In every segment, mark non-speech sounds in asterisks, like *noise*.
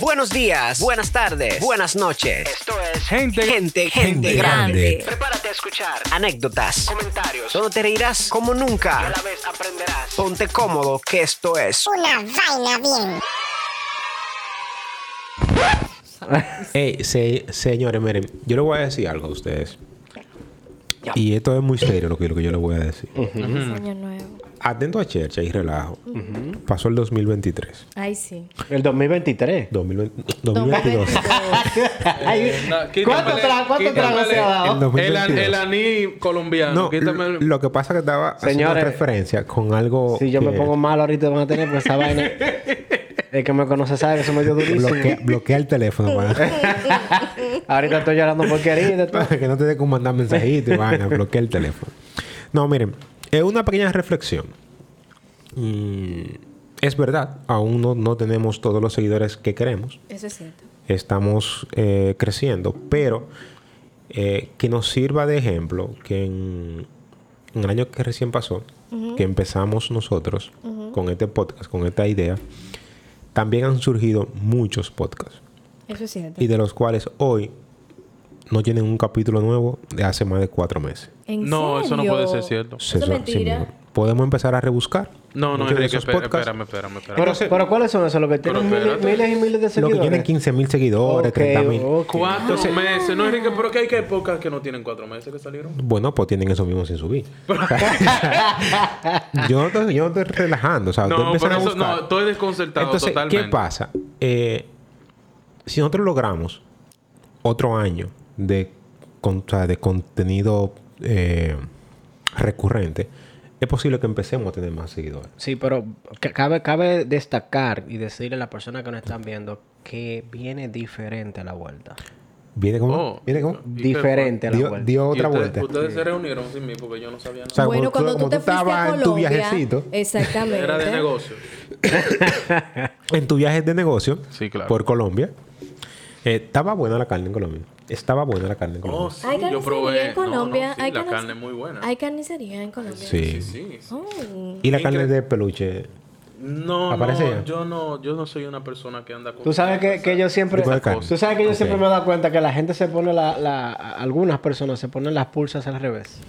Buenos días, buenas tardes, buenas noches. Esto es Gente- gente, gente, Gente grande. grande. Prepárate a escuchar anécdotas, comentarios, donde te reirás como nunca. Y a la vez aprenderás. Ponte cómodo, que esto es Una vaina bien. Ey, se- señores, miren, yo les voy a decir algo a ustedes. Y esto es muy serio lo que, lo que yo les voy a decir. Mm. Feliz año nuevo. Atento a Chercha y relajo. Pasó el 2023. Ay, sí. El 2023. 2020 2022. *laughs* Ay, No, quítamele, ¿Cuánto trago cuánto trago quítamele se ha el dado? do- El, an- 2022. el anís colombiano. No, quítame l- el- lo que pasa es que estaba haciendo Señores, referencia con algo. Si yo me que pongo mal ahorita van a tener pues esa vaina. El que me conoce sabe que eso me dio durísimo. bloquea, bloquea *laughs* el teléfono para, Ahorita estoy llorando porquería y de *laughs* todo. para que no te dé como mandar mensajito y vaina, bloquea el teléfono. No, miren, es una pequeña reflexión. Mm, es verdad, aún no, no tenemos todos los seguidores que queremos. *laughs* Eso es cierto. estamos eh, creciendo, pero eh, que nos sirva de ejemplo que en, en el año que recién pasó, que empezamos nosotros con este podcast, con esta idea, también han surgido muchos podcasts Eso es cierto. y de los cuales hoy no tienen un capítulo nuevo de hace más de cuatro meses. ¿En No, eso no serio? puede ser cierto. Eso es Eso- sí, mentira. mijo. Podemos empezar a rebuscar. No, no, muchos de Enrique, esos espera- podcasts. espérame, espérame, espérame. Pero, pero ¿cuáles son esos? Los que tienen Pero miles, espérate. miles y miles de Lo que seguidores. tienen 15 mil seguidores, Ok, 30 mil. ok. Cuatro meses. No, Enrique, pero que hay que hay pocas que no tienen cuatro meses que salieron. Bueno, pues tienen eso mismo sin subir. *laughs* yo, no te- yo no estoy relajando. O sea, tú No, empiezas por Ah, a eso buscar. no, estoy desconcertado Entonces, totalmente. ¿qué pasa? Eh, si nosotros logramos otro año de, con- o sea, de contenido eh, recurrente, es posible que empecemos a tener más seguidores. Sí, pero ca- cabe, cabe destacar y decirle a las personas que nos están viendo que viene diferente a la vuelta. ¿Viene como? Oh. ¿Viene como? ¿Y qué Diferente a la Dio, vuelta. dio otra Y ustedes- vuelta. Ustedes se reunieron sin mí porque yo no sabía O nada. sea, bueno, como cuando tú, te fuiste a estabas Colombia, en tu viajecito, exactamente. Era de negocio. en tu viaje de negocio Sí, claro. por Colombia, eh, estaba buena la carne en Colombia. Estaba buena la carne en Colombia. Oh, sí, Hay yo carnicería probé. en Colombia. No, no, sí, hay la carnic- carne es muy buena. Hay carnicería en Colombia. Sí. Sí, sí. Oh. Y la Incre- carne de peluche. No, Aparece no, ella. yo no, yo no soy una persona que anda con... Tú sabes que, que yo siempre... Tipo de carne. Tú sabes que yo Ok. siempre me he dado cuenta que la gente se pone la, la- Algunas personas se ponen las pulsas al revés.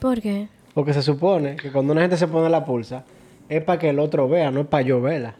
¿Por qué? Porque se supone que cuando una gente se pone la pulsa es para que el otro vea, no es para yo verla.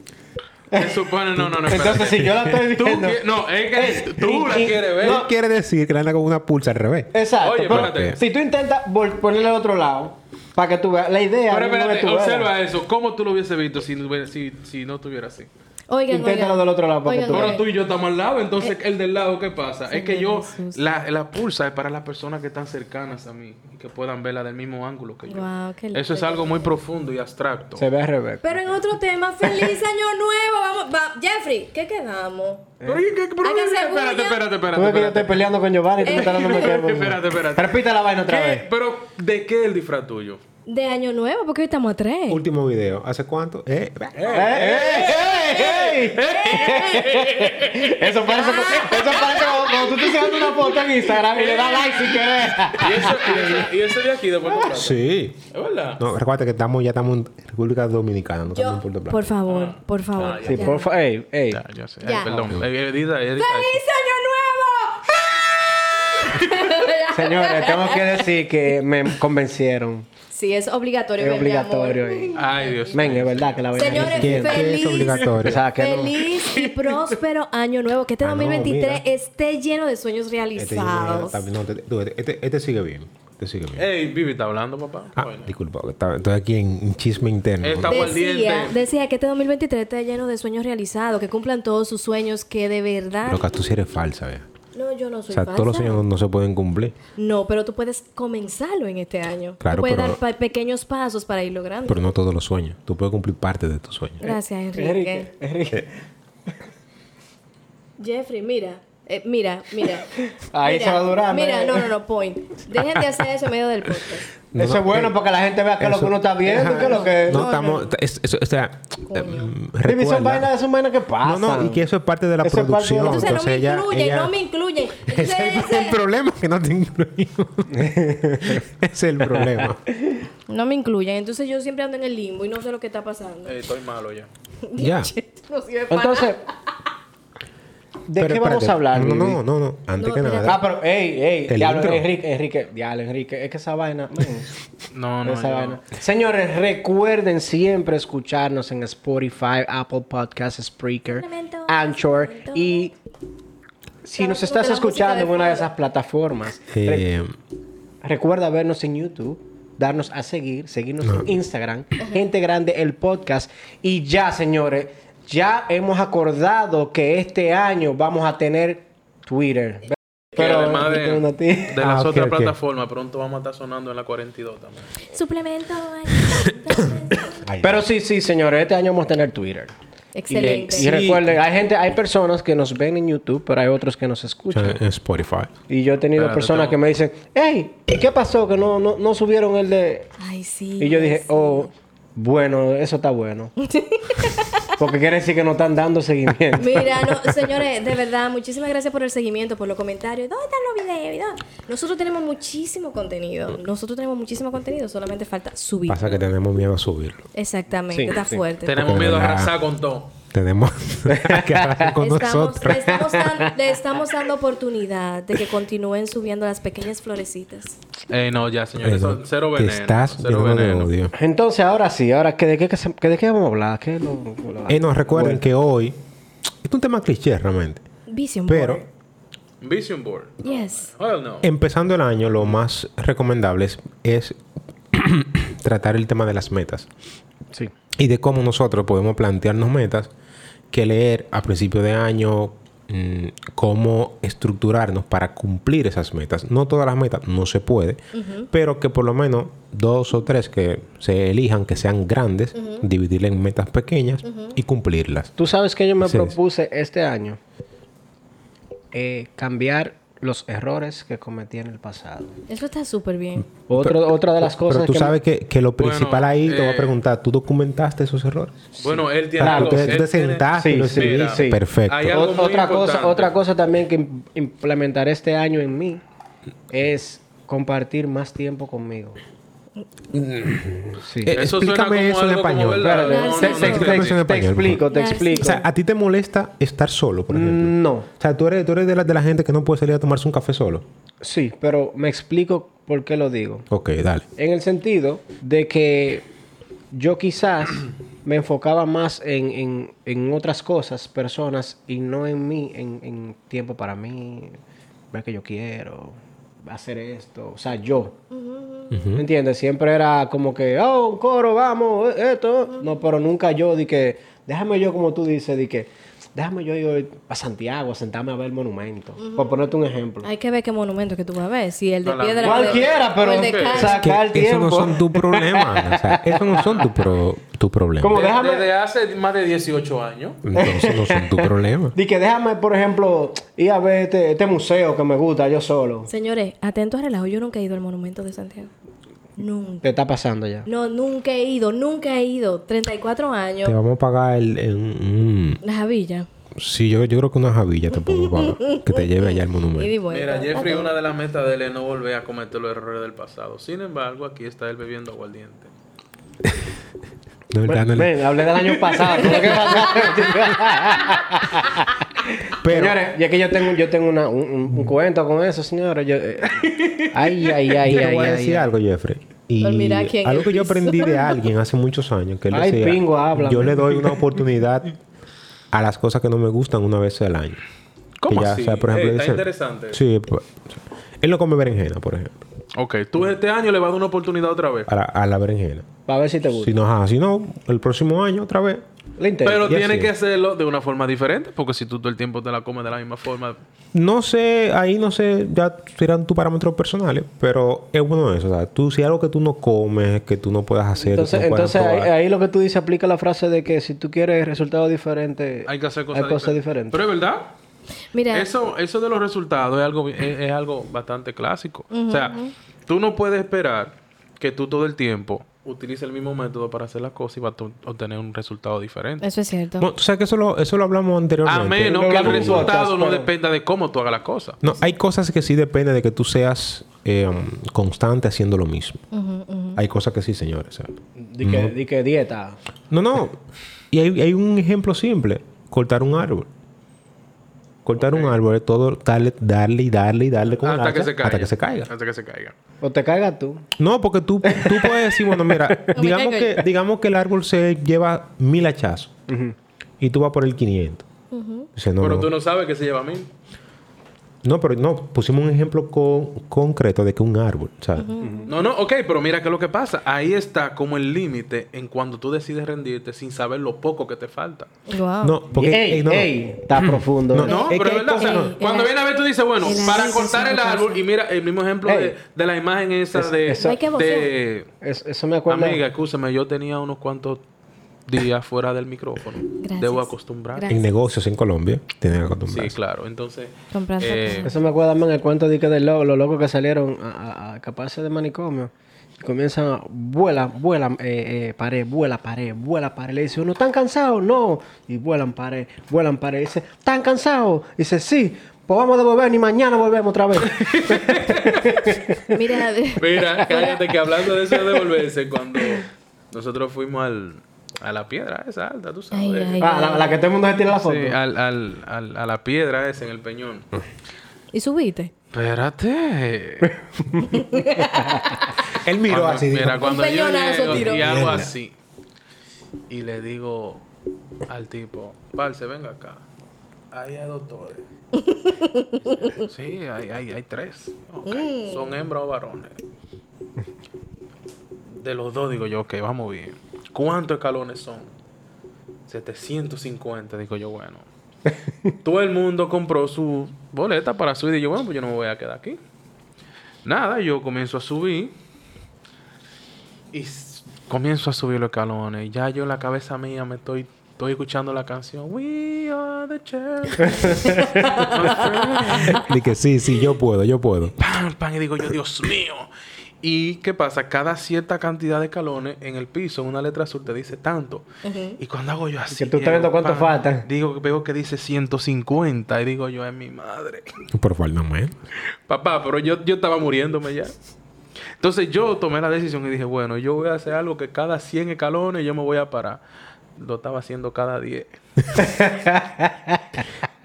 Se supone, no, no, *laughs* no. Entonces, espérate. si yo la estoy Tú viendo- que- No, es que tú la y- quieres ver. No quiere decir que la anda con una pulsa al revés. Exacto. Oye, pero espérate. si tú intentas vol- ponerle al otro lado para que tú veas la idea... Pero no es espérate, tú verla. observa eso. ¿Cómo tú lo hubiese visto si, no hubiera- si, si no estuviera así? Oigan, Inténtalo oigan. del otro lado para que Oigan, tú oigan. Pero tú y yo estamos al lado, entonces Eh, el del lado, ¿qué pasa? Es que yo, Jesús. la, la pulsa es para las personas que están cercanas a mí y que puedan verla del mismo ángulo que yo. Guau, qué Eso es lindo. algo muy profundo y abstracto. Se ve al revés. Pero en otro tema, feliz año nuevo. Vamos, va- Jeffrey, ¿qué quedamos? Pero, ¿y qué- pero- Hay que hacer espérate, bulla. espérate, Tú espérate. ves que yo espérate. estoy peleando con Giovanni y tú me estás *laughs* dando tiempo. Espérate, espérate. Repite la vaina otra ¿Qué? vez. Pero, ¿de qué el disfraz tuyo? De año nuevo, porque hoy estamos a tres. Último video. ¿Hace cuánto? Eh, ¡Ey, ey, ey, ey! Eso parece, eso parece como cuando tú te sacas una foto en Instagram y le das like sin querer. ¿Y eso, y eso- y eso de aquí de Puerto Plata? sí. ¿Es verdad? No, recuerda que estamos, ya estamos en República Dominicana, no estamos en Puerto Plata. Por favor, Ah, por favor. Sí, ya. por favor. Ey, ey. Ya, ya sé. Ay, Ya. perdón. Eh, edita, edita ¡Feliz año nuevo! Señores, tengo que decir que me convencieron. Sí, es obligatorio. Es ver, mi obligatorio. amor. ey. eso. Ay, Dios mío. Men, es verdad que la vaina Señores, ¿Qué- qué feliz. es obligatorio? O sea, que no. Feliz y próspero año nuevo. Que este Ah, no, 2023 mira. esté lleno de sueños Este, eh, realizados. también, no, te- tú, este, este sigue bien. Este sigue bien. Ey, Vivi está hablando, papá. ah, Eh, Bueno. disculpa, que estaba- estoy aquí en, en chisme interno. Está agua al Decía, diente. decía que este 2023 esté lleno de sueños realizados, que cumplan todos sus sueños, que de verdad... Loca, tú sí eres falsa, vea. No, yo no O soy sea, todos los falsa. sueños no, no se pueden cumplir. No, pero tú puedes comenzarlo en este año. Claro, tú puedes pero- dar pa- pequeños pasos para ir logrando. Pero no todos los sueños. Tú puedes cumplir parte de tus sueños. Gracias, Enrique. Eh, Enrique, Enrique. Jeffrey, mira. Eh, mira, mira. *laughs* Ahí Mira, se va durando, Mira, eh. no, no, no, point. Dejen de hacer eso en medio del podcast. No, Eso es no, bueno eh, porque la gente vea que lo que Eso- uno está viendo, Ajá, que lo que. No, estamos... es- es- o sea, eh, Baby, recuerda- son vainas, son vainas que pasan. No, no, y que eso es parte de la Eso es parte de producción. la- Entonces, Entonces, no me ella- incluyen, ella- no me incluyen. Entonces, *laughs* Ese es el ese- problema que no *laughs* te incluimos. Ese es *laughs* el problema. no me incluyen. Entonces yo siempre ando en el limbo y no sé lo que está pasando. Ey, estoy malo ya. ya. Esto no Eh, sirve para Entonces, nada. ¿De Pero qué vamos espérate. a hablar? No, Vivi? no, no, no. Antes No, que espérate. nada. Ah, pero, ey, ey, El diablo, intro. Enrique, Enrique, diablo, Enrique, es que esa vaina, mm, man, No, no, esa yo- vaina. Señores, recuerden siempre escucharnos en Spotify, Apple Podcasts, Spreaker, Lamento, Anchor lamento. y si nos estás La música escuchando de en una de fondo. esas plataformas, re- eh, recuerda vernos en YouTube, darnos a seguir, seguirnos No. en Instagram, Gente Grande el podcast y ya, señores, ya hemos acordado que este año vamos a tener Twitter. Que además de, no te- de Ah, las ok, otras ok. plataformas, pronto vamos a estar sonando en la 42 también. Suplemento. ay, ay, Pero sí, sí, señores, este año vamos a tener Twitter. Excelente. Y recuerden, hay gente, hay personas que nos ven en YouTube, pero hay otros que nos escucha escuchan. en Spotify. Y yo he tenido Espérate, personas tengo- que me dicen, hey, ¿y qué pasó? Que no, no, no subieron el de... Ay, sí. Y yo dije, sí. oh, bueno, eso está bueno. *laughs* Porque quiere decir que no están dando seguimiento. Mira, no, señores, de verdad, muchísimas gracias por el seguimiento, por los comentarios. ¿Dónde están los videos? ¿Y dónde? Nosotros tenemos muchísimo contenido. Nosotros tenemos muchísimo contenido, solamente falta subir. Pasa que tenemos miedo a subirlo. Exactamente, Sí, está sí. fuerte. Tenemos Porque miedo a la- arrasar con todo. Tenemos *laughs* que hablar con Estamos, nosotros. le, estamos dan- le estamos dando oportunidad de que continúen subiendo las pequeñas florecitas. Eh, no, ya, señores. Eso, son cero te veneno. estás cero lleno de veneno. odio. Entonces, ahora sí, ahora, ¿qué, ¿de qué, que se- que de qué vamos a hablar? ¿Qué es lo- lo- Eh, no, recuerden bueno. que hoy es un tema cliché realmente. Vision Pero Vision board. board. Yes. Hell no. empezando el año, lo más recomendable es, es *clears throat* tratar el tema de las metas Sí. y de cómo nosotros podemos plantearnos metas que leer a principio de año, mm, cómo estructurarnos para cumplir esas metas. No todas las metas, no se puede, pero que por lo menos dos o tres que se elijan, que sean grandes, dividirlas en metas pequeñas y cumplirlas. Tú sabes que yo me Sí. propuse este año Eh, cambiar los errores que cometí en el pasado. Eso está súper bien. Otro- otra de las cosas Pero tú que me- sabes que, que lo principal Bueno, ahí, te voy a eh, preguntar, ¿tú documentaste esos errores? Bueno, él O tiene sea, Claro, algo. tú te, tú él te tiene- sentaste y Sí, lo sí, escribiste. sí. Perfecto. Hay algo Ot- muy otra cosa, importante. otra cosa también que im- implementaré este año en mí es compartir más tiempo conmigo. Sí. Eh, Eso suena explícame como eso en algo como español. No, verdad. no, te, no, te- no, te- explícame eso en te español, explico, te Narciso. explico. O sea, ¿a ti te molesta estar solo, Mm, por ejemplo? No, O sea, tú eres, tú eres de, la, de la gente que no puede salir a tomarse un café solo. sí, pero me explico por qué lo digo. Ok, dale. En el sentido de que yo quizás me enfocaba más en, en- en otras cosas, personas, y no en mí, en, en tiempo para mí, ver que yo quiero, hacer esto, o sea, yo. ¿Me entiendes? Siempre era como que, oh, un coro, vamos, eh, esto. No, pero nunca yo di que, déjame yo como tú dices, di que, déjame yo ir hoy a Santiago, a sentarme a ver el monumento. Por ponerte un ejemplo. Hay que ver qué monumento que tú vas a ver. Si el de A la- piedra. o el de- Cualquiera, pero o el de cal. Que sacar eso tiempo. no son tu *laughs* problema. o sea, eso no son tu, pro- tu problema. ¿Cómo? De- Déjame- Desde hace más de 18 años. Entonces no son *laughs* tu problema. Di que déjame, por ejemplo, ir a ver este, este museo que me gusta yo solo. Señores, atentos al relajo. Yo nunca he ido al monumento de Santiago. Nunca. Te está pasando ya. No, nunca he ido, nunca he ido. 34 años. Te vamos a pagar el... el- mm, La Javilla. sí, yo, yo creo que una javilla te puedo pagar. Que te lleve allá al Y di monumento. vuelta. Mira, Jeffrey, una de las metas de él es no volver a cometer los errores del pasado. Sin embargo, aquí está él bebiendo aguardiente. De verdad, no le- Ven, hablé del año pasado. pero ¿qué pasa? Pero- Señores, ya que yo tengo, yo tengo una- un, un- un cuento con eso, señores. yo, eh, ay, ay, ay, Te ay, voy a ay, decir ay. algo, Jeffrey. Y Dormirá aquí en algo el que yo piso. aprendí de alguien hace muchos años, que él Ay, decía, pingo, háblame. yo le doy una oportunidad a las cosas que no me gustan una vez al año. ¿Cómo Que ya, así? o sea, por ejemplo, Eh, está dicen- interesante. Sí, pues, él no come berenjena, por ejemplo, Ok, tú este año le vas a dar una oportunidad otra vez. a la, a la berenjena. Para ver si te gusta. Si no, ajá, si no, el próximo año otra vez. Le interesa. Pero ya tiene sí. que hacerlo de una forma diferente, porque si tú todo el tiempo te la comes de la misma forma, No sé, ahí no sé, ya serán tus parámetros personales, pero es bueno eso. O sea, tú, si hay algo que tú no comes, que tú no puedas hacer, que tú entonces, no puedas entonces ahí, probar, ahí lo que tú dices aplica la frase de que si tú quieres resultados diferentes, hay que hacer cosas, hay cosas diferentes. diferentes. Pero es verdad. Mira, Eso, eso de los resultados es algo, es, es algo bastante clásico. o sea, tú no puedes esperar que tú todo el tiempo utilices el mismo método para hacer las cosas y vas a tu- obtener un resultado diferente. eso es cierto. Bueno, tú sabes que eso lo, eso lo hablamos anteriormente. A menos Lo que el hablamos en un podcast, resultado no pero- dependa de cómo tú hagas las cosas. No, hay cosas que sí depende de que tú seas eh, constante haciendo lo mismo. Hay cosas que sí, señores. o sea. Di que, di que dieta. No, no. y hay, hay un ejemplo simple. Cortar un árbol. Cortar un árbol es todo darle, darle y darle y darle con el Hasta que hacha se caiga. hasta que se caiga. Hasta que se caiga. O te cagas tú. No, porque tú, tú puedes decir, bueno, *laughs* mira, me digamos, caigo que, digamos que el árbol se lleva mil hachazos y tú vas por el 500. Dice, no, Pero no. tú no sabes que se lleva a mil. No, pero no, pusimos un ejemplo co- concreto de que un árbol, ¿sabes? No, no, ok, pero mira qué es lo que pasa. Ahí está como el límite en cuando tú decides rendirte sin saber lo poco que te falta. Wow. No, porque ey, eh, no, no. ey, está profundo. No, eh. No, Es pero que es verdad. o sea, hay cosas- cuando viene a ver, tú dices, bueno, El para análisis cortar es el una árbol, cosa. y mira el mismo ejemplo Ey. de, de la imagen esa Es- de. eso- Hay que de- Es- eso me acuerda. amiga, escúchame, yo tenía unos cuantos días fuera del micrófono. Gracias. Debo acostumbrarme. Gracias. en negocios en Colombia tienen que acostumbrarse. Sí, claro. Entonces. Comprando eh, Eso me acuerda más en el cuento de que de lo- los locos que salieron a, a- a escaparse de manicomio. Y comienzan a vuela, vuela, eh, eh, pared, vuela, pared, vuela, pared. Le dice uno, ¿están cansados? No. Y vuelan pared, vuelan pared. Dice, ¿están cansados? Dice, sí. Pues vamos a devolver y mañana volvemos otra vez. Mira, *laughs* de- Mira, cállate que hablando de eso de devolverse, cuando nosotros fuimos al, a la piedra esa alta, tú sabes. Ay, ay, ah, la, la que todo el mundo se tira la foto. Sí, al, al, al- a la piedra esa en el peñón. ¿y subiste? Espérate. Él Ah, miró Cuando- así. dijo, Mira, cuando yo peñonazo llego tiró. y hago Mierda. así. Y le digo al tipo, parce, venga acá. Ahí *laughs* hay doctores. Sí, hay, hay, hay tres. Ok. Mm. Son hembras o varones. De los dos digo yo, ok, vamos bien. ¿Cuántos escalones son? 750, digo *laughs* yo, bueno. Todo el mundo compró su boleta para subir. Y yo, bueno, pues yo no me voy a quedar aquí. Nada, yo comienzo a subir. Y s- comienzo a subir los escalones. Ya yo en la cabeza mía me estoy, estoy escuchando la canción. We are the champions. *laughs* *laughs* Di que sí, sí, yo puedo, yo puedo. Pam, pam. Y digo yo, Dios mío. ¿Y qué pasa? Cada cierta cantidad de escalones en el piso, en una letra azul, te dice tanto. Y cuando hago yo así. que tú estás llego, viendo cuánto pam, falta. Digo, veo que dice 150. Y digo yo, es mi madre. *laughs* Por favor, no man. Papá, pero yo, yo estaba muriéndome ya. Entonces yo tomé la decisión y dije, bueno, yo voy a hacer algo que cada 100 escalones yo me voy a parar. Lo estaba haciendo cada 10.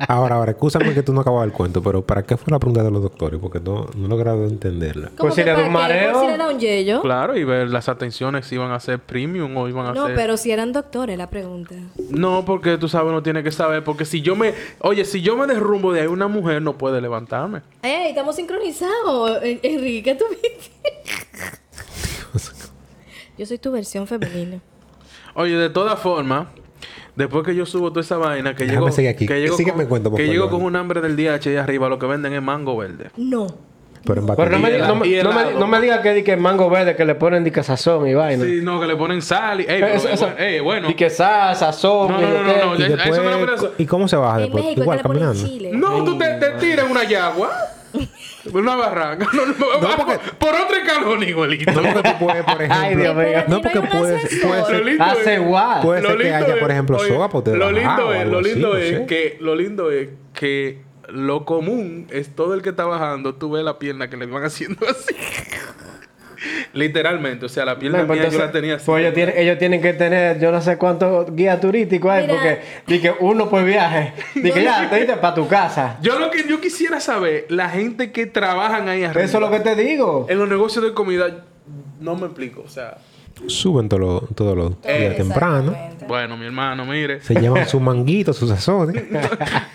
Ahora, ahora, escúchame que tú no acabas el cuento, pero ¿para qué fue la pregunta de los doctores? Porque no, no he logrado entenderla. ¿Cómo Pues si que le da para un qué? Pues mareo. si le da un yello. Claro, y ver las atenciones si iban a ser premium o iban a No, ser... pero si eran doctores, la pregunta. No, porque tú sabes, no tiene que saber. Porque si yo me... Oye, si yo me derrumbo de ahí, una mujer no puede levantarme. ¡Ey! Eh, Estamos sincronizados. En- Enrique, ¿tú viste? *laughs* Yo soy tu versión femenina. Oye, de todas formas, después que yo subo toda esa vaina, que Déjame llego... seguir aquí. Que llego, Sígueme con, cuento, por que favor, llego Johanna. con un hambre del día ahí arriba, lo que venden es mango verde. No. Pero en Pero no me, batería- diga- no me- Y helado. no me- no me digas que di que mango verde que le ponen di que sazón y vaina. Sí, no, que le ponen sal y... Ey, pero, Eso- eso- ey, bueno. Di que sa, sazón. No, y no, no, lo que- no, no, y, ya- a eso me lo después, preso. ¿Y cómo se baja En después? México es que Ah, Igual le ponen caminando. chile. No, tú te, te tiras *laughs* una yagua. Una barranca. *laughs* No, no, porque- Por otro escalón, igualito. No, porque tú puedes, por ejemplo. Ay, Dios mío. Pero aquí No, porque hay un puede- ascensor. puede ser- Lo lindo Hace es- igual. Puede ser que lindo haya, por ejemplo, oye, soga, pues, te Lo bajaba o lindo es, algo lo así, lindo no es sé. que, lo lindo es que lo común es todo el que está bajando, tú ves la pierna que le van *laughs* haciendo así. Literalmente, o sea, la pierna No, mía entonces, yo la tenía así. Pues ellos tienen, ellos tienen que tener, yo no sé cuántos guías turísticos hay, Mira. porque di que uno por viaje. Di que ya, te para tu casa. Yo lo que yo quisiera saber, la gente que trabajan ahí arriba. Eso es lo que te digo. En los negocios de comida, no me explico, o sea. Suben todos los todos los días temprano. Bueno, mi hermano, mire. Se llevan sus manguitos, sus sazones. ¿eh? *laughs*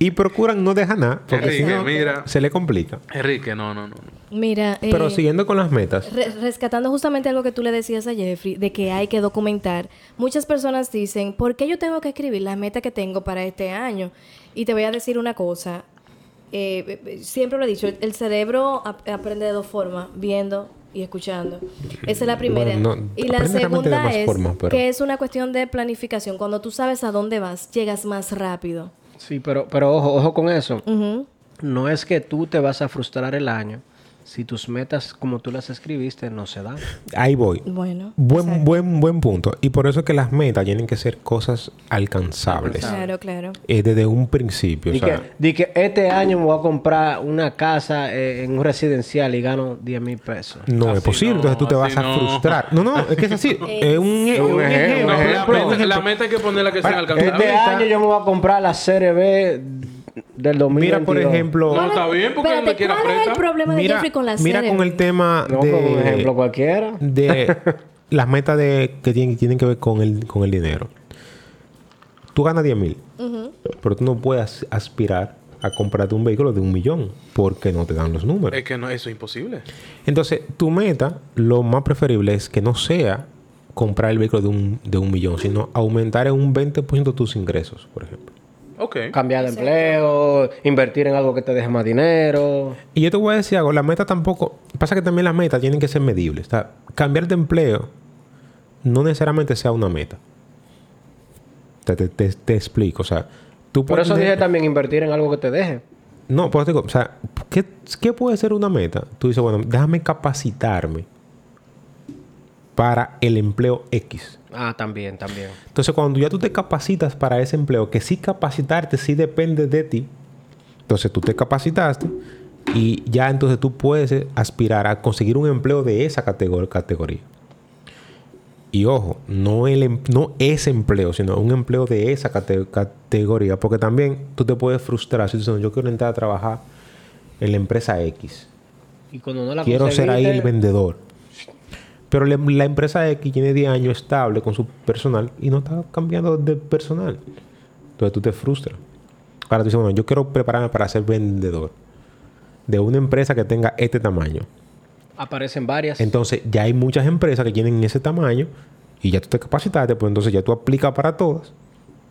y procuran no dejar nada, porque si Enrique, no, mira. se le complica. Enrique, no, no, no. no. Mira, eh, Pero siguiendo con las metas, re- rescatando justamente algo que tú le decías a Jeffrey, de que hay que documentar. Muchas personas dicen, ¿por qué yo tengo que escribir las metas que tengo para este año? Y te voy a decir una cosa. Eh, eh, eh, siempre lo he dicho, el, el cerebro ap- aprende de dos formas, viendo y escuchando. Esa es la primera. Bueno, no, y la aprende realmente de segunda más es formas, pero- que es una cuestión de planificación. Cuando tú sabes a dónde vas, llegas más rápido. Sí, pero, pero ojo, ojo con eso. Ujú. No es que tú te vas a frustrar el año si tus metas, como tú las escribiste, no se dan. ahí voy. Bueno. Buen, buen, buen punto. Y por eso es que las metas tienen que ser cosas alcanzables. Claro, claro. Eh, desde un principio. Di o sea, que, di que este año me voy a comprar una casa eh, en un residencial y gano 10 mil pesos. no Así es posible. no, Entonces tú te vas así a no. frustrar. No, no, es que *laughs* es así. es un, es un Un ejemplo, ejemplo. un No, la, ejemplo. meta, la meta hay que ponerla que sea Ahora, alcanzable. Este año yo me voy a comprar la Serie B del 2022. Mira, por ejemplo, No, está bien, porque Espérate, donde quiera ¿cuál es el aprieta. problema de mira, Jeffrey con la mira serie? con el tema No, de, con un ejemplo cualquiera. *laughs* de las metas de, que tienen, tienen que ver con el, con el dinero. Tú ganas 10 mil, pero tú no puedes aspirar a comprarte un vehículo de un millón porque no te dan los números. Es que no, eso es imposible. Entonces, tu meta, lo más preferible es que no sea comprar el vehículo de un, de un millón, sino aumentar en un 20% tus ingresos, por ejemplo. Ok. Cambiar de empleo, invertir en algo que te deje más dinero. Y yo te voy a decir algo, las metas tampoco, pasa que también las metas tienen que ser medibles. O sea, cambiar de empleo no necesariamente sea una meta. Te, te- te- te explico, o sea, tú Por eso tener- dije también invertir en algo que te deje. No, por eso te digo, o sea, ¿qué, qué puede ser una meta? Tú dices, bueno, déjame capacitarme para el empleo X. Ah, también, también. Entonces, cuando ya tú te capacitas para ese empleo, que sí capacitarte, sí depende de ti, entonces tú te capacitaste y ya entonces tú puedes eh, aspirar a conseguir un empleo de esa categor- categoría. Y ojo, no, el, em- no ese empleo, sino un empleo de esa cate- categoría, porque también tú te puedes frustrar si tú dices, "No, yo quiero entrar a trabajar en la empresa X Y cuando no la quiero ser ahí el conseguiste, vendedor. Pero le- la empresa X tiene 10 años estable con su personal y no está cambiando de personal. Entonces tú te frustras. Ahora tú dices, bueno, yo quiero prepararme para ser vendedor de una empresa que tenga este tamaño. Aparecen varias. Entonces ya hay muchas empresas que tienen ese tamaño y ya tú te capacitaste, pues entonces ya tú aplicas para todas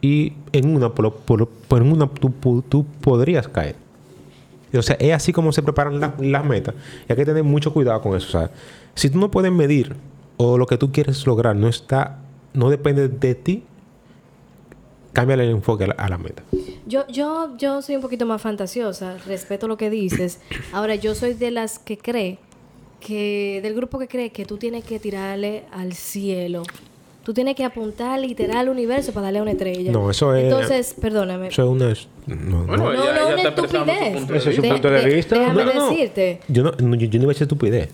y en una, por lo- por lo- por en una tú, pu- tú podrías caer. O sea, es así como se preparan la- las metas y hay que tener mucho cuidado con eso. O sea, si tú no puedes medir o lo que tú quieres lograr no está, no depende de ti, cámbiale el enfoque a la, a la meta. Yo, yo, yo soy un poquito más fantasiosa, respeto lo que *coughs* dices. Ahora, yo soy de las que cree que, del grupo que cree que tú tienes que tirarle al cielo. Tú tienes que apuntar literal al universo para darle a una estrella. No, eso es- Entonces, perdóname. Eso es una... no, no. Bueno, no, Ella- no, ella una está expresando su estupidez. punto de Ese es su vista. punto de vista. Déjame No, no, no. decirte. Yo no, no, yo, yo no iba a decir estupidez.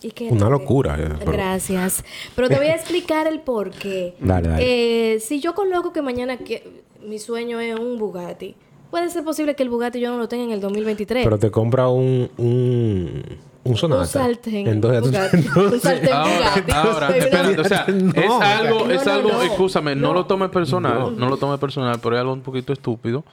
¿Y qué? Una locura, eh, pero- Gracias. Pero te voy a explicar el *laughs* por qué. Dale, Eh, si yo coloco que mañana que- mi sueño es un Bugatti, puede ser posible que el Bugatti yo no lo tenga en el 2023. Pero te compra un, un, un sonata. un saltén. Entonces, tú- *laughs* Bugatti. *laughs* un saltén Ahora, Bugatti. ahora, *laughs* Pero- espérate, o sea, No, es o sea, algo, es no, algo, no. escúchame, no. No. lo tomes personal, no. lo tomes personal, pero es algo un poquito estúpido.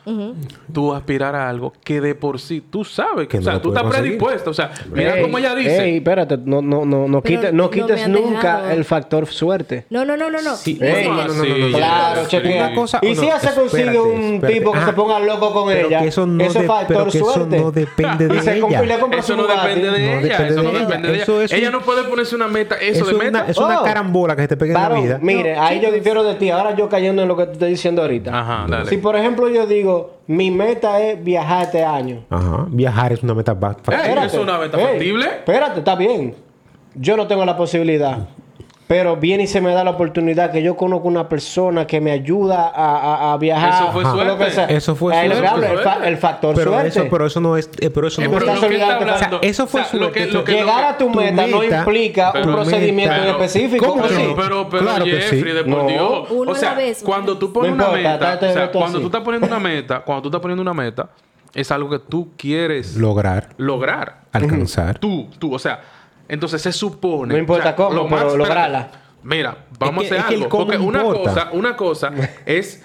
Tú aspirar a algo que de por sí tú sabes Que que, o no sea, lo tú puedes estás conseguir. predispuesto, o sea, mira Ey, como ella dice. Ey, espérate, no, no, no, no, Pero quites, no no me quites han nunca dejado. el factor suerte. No, no, no, no, no. Sí. No, Ey, ¿Cómo no, no, así? no, no, no, no. Claro, Sí. chequea. Una cosa- y o si no, ya se consigue espérate, un espérate. tipo que Ah, se ponga loco con pero ella, que eso no, eso es de- factor pero que eso suerte. no depende *laughs* de y se compra y le ella. compra Eso su no Bugatti. depende de No ella, depende eso de no ella. depende de ella. Eso es ella un- no puede ponerse una meta, eso Eso de es una, meta. es una Oh. carambola que se te pega Varón, en la vida. mire, ahí yo difiero de ti. Ahora yo cayendo en lo que te estoy diciendo ahorita. Ajá, dale. Si por ejemplo yo digo, mi meta es viajar este año. Ajá. Viajar es una meta Eh, ba- fa- Ey, eso es una meta ey, factible. Espérate, está bien. Yo no tengo la posibilidad. Pero viene y se me da la oportunidad que yo conozco una persona que me ayuda a, a- a viajar. Eso fue Ajá. suerte. Lo que sea. Eso fue Ahí lo suerte. que hablo, el, fa- el factor Pero suerte. eso, pero eso no es, eh, pero eso Eh, no pero es- estás lo que está olvidando que- o sea, hablando. eso fue o sea, lo que- suerte. lo que- Llegar a tu tu meta, no meta- implica Pero- un procedimiento pero- en específico. ¿Cómo ¿o que sí? Pero, pero, pero Claro que Jeffrey, sí. de por No. Dios. Uno o a sea, la vez, uno a cuando la tú vez. pones No una importa, meta, trata o de sea, verlo cuando así. tú estás poniendo una meta, cuando tú estás poniendo una meta, es algo que tú quieres lograr, lograr. alcanzar. Tú, tú, o sea, entonces se supone. No importa o sea, cómo, pero espérate. lograrla. Mira, vamos Es que- a es que hacer el algo. cómo Porque una importa. cosa, una *laughs* cosa es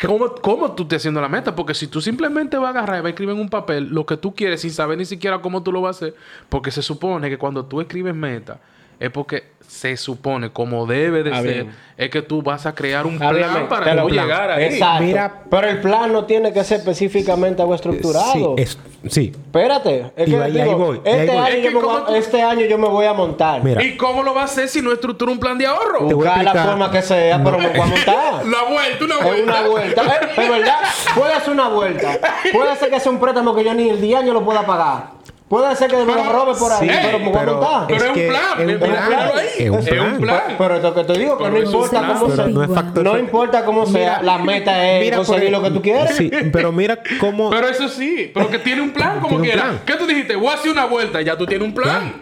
cómo, cómo tú estás haciendo la meta. Porque si tú simplemente vas a agarrar y vas a escribir en un papel lo que tú quieres sin saber ni siquiera cómo tú lo vas a hacer, porque se supone que cuando tú escribes meta. Es porque se supone, como debe de Ah, ser, bien. es que tú vas a crear un Ah, bien, plan te para lo tú plan. llegar ahí. Exacto. Mira- pero el plan no tiene que ser específicamente algo Sí, estructurado. es- sí. Espérate, es Y que ahí- digo, ahí voy, ahí este, voy. año Es yo que me voy como tú- a- este año yo me voy a montar. Mira, ¿Y cómo lo va a hacer si no estructura un plan de ahorro? Te voy a Buscar la explicar. forma que sea, pero me voy a *laughs* montar. La vuelta, una Es vuelta. una vuelta. *laughs* Eh, Es verdad. Puede ser una vuelta. Puede ser que sea un préstamo que yo ni el día yo lo pueda pagar. Puede ser que me lo Pero- robe por ahí, sí, pero me voy a pero- montar. Pero Es es, que un plan. es un mira, plan, míralo ahí. es un plan. Pero- Pero esto que te digo, que Pero no eso es importa plan. cómo Pero sea. no es factor No suerte. importa cómo sea, Mira- la meta es Mira por Eh, conseguir ahí- lo que tú quieres. Sí, *laughs* pero mira cómo Pero eso sí, pero que tiene un plan como Tiene un quiera. plan. ¿Qué tú dijiste? Voy a hacer una vuelta, ya tú tienes un plan.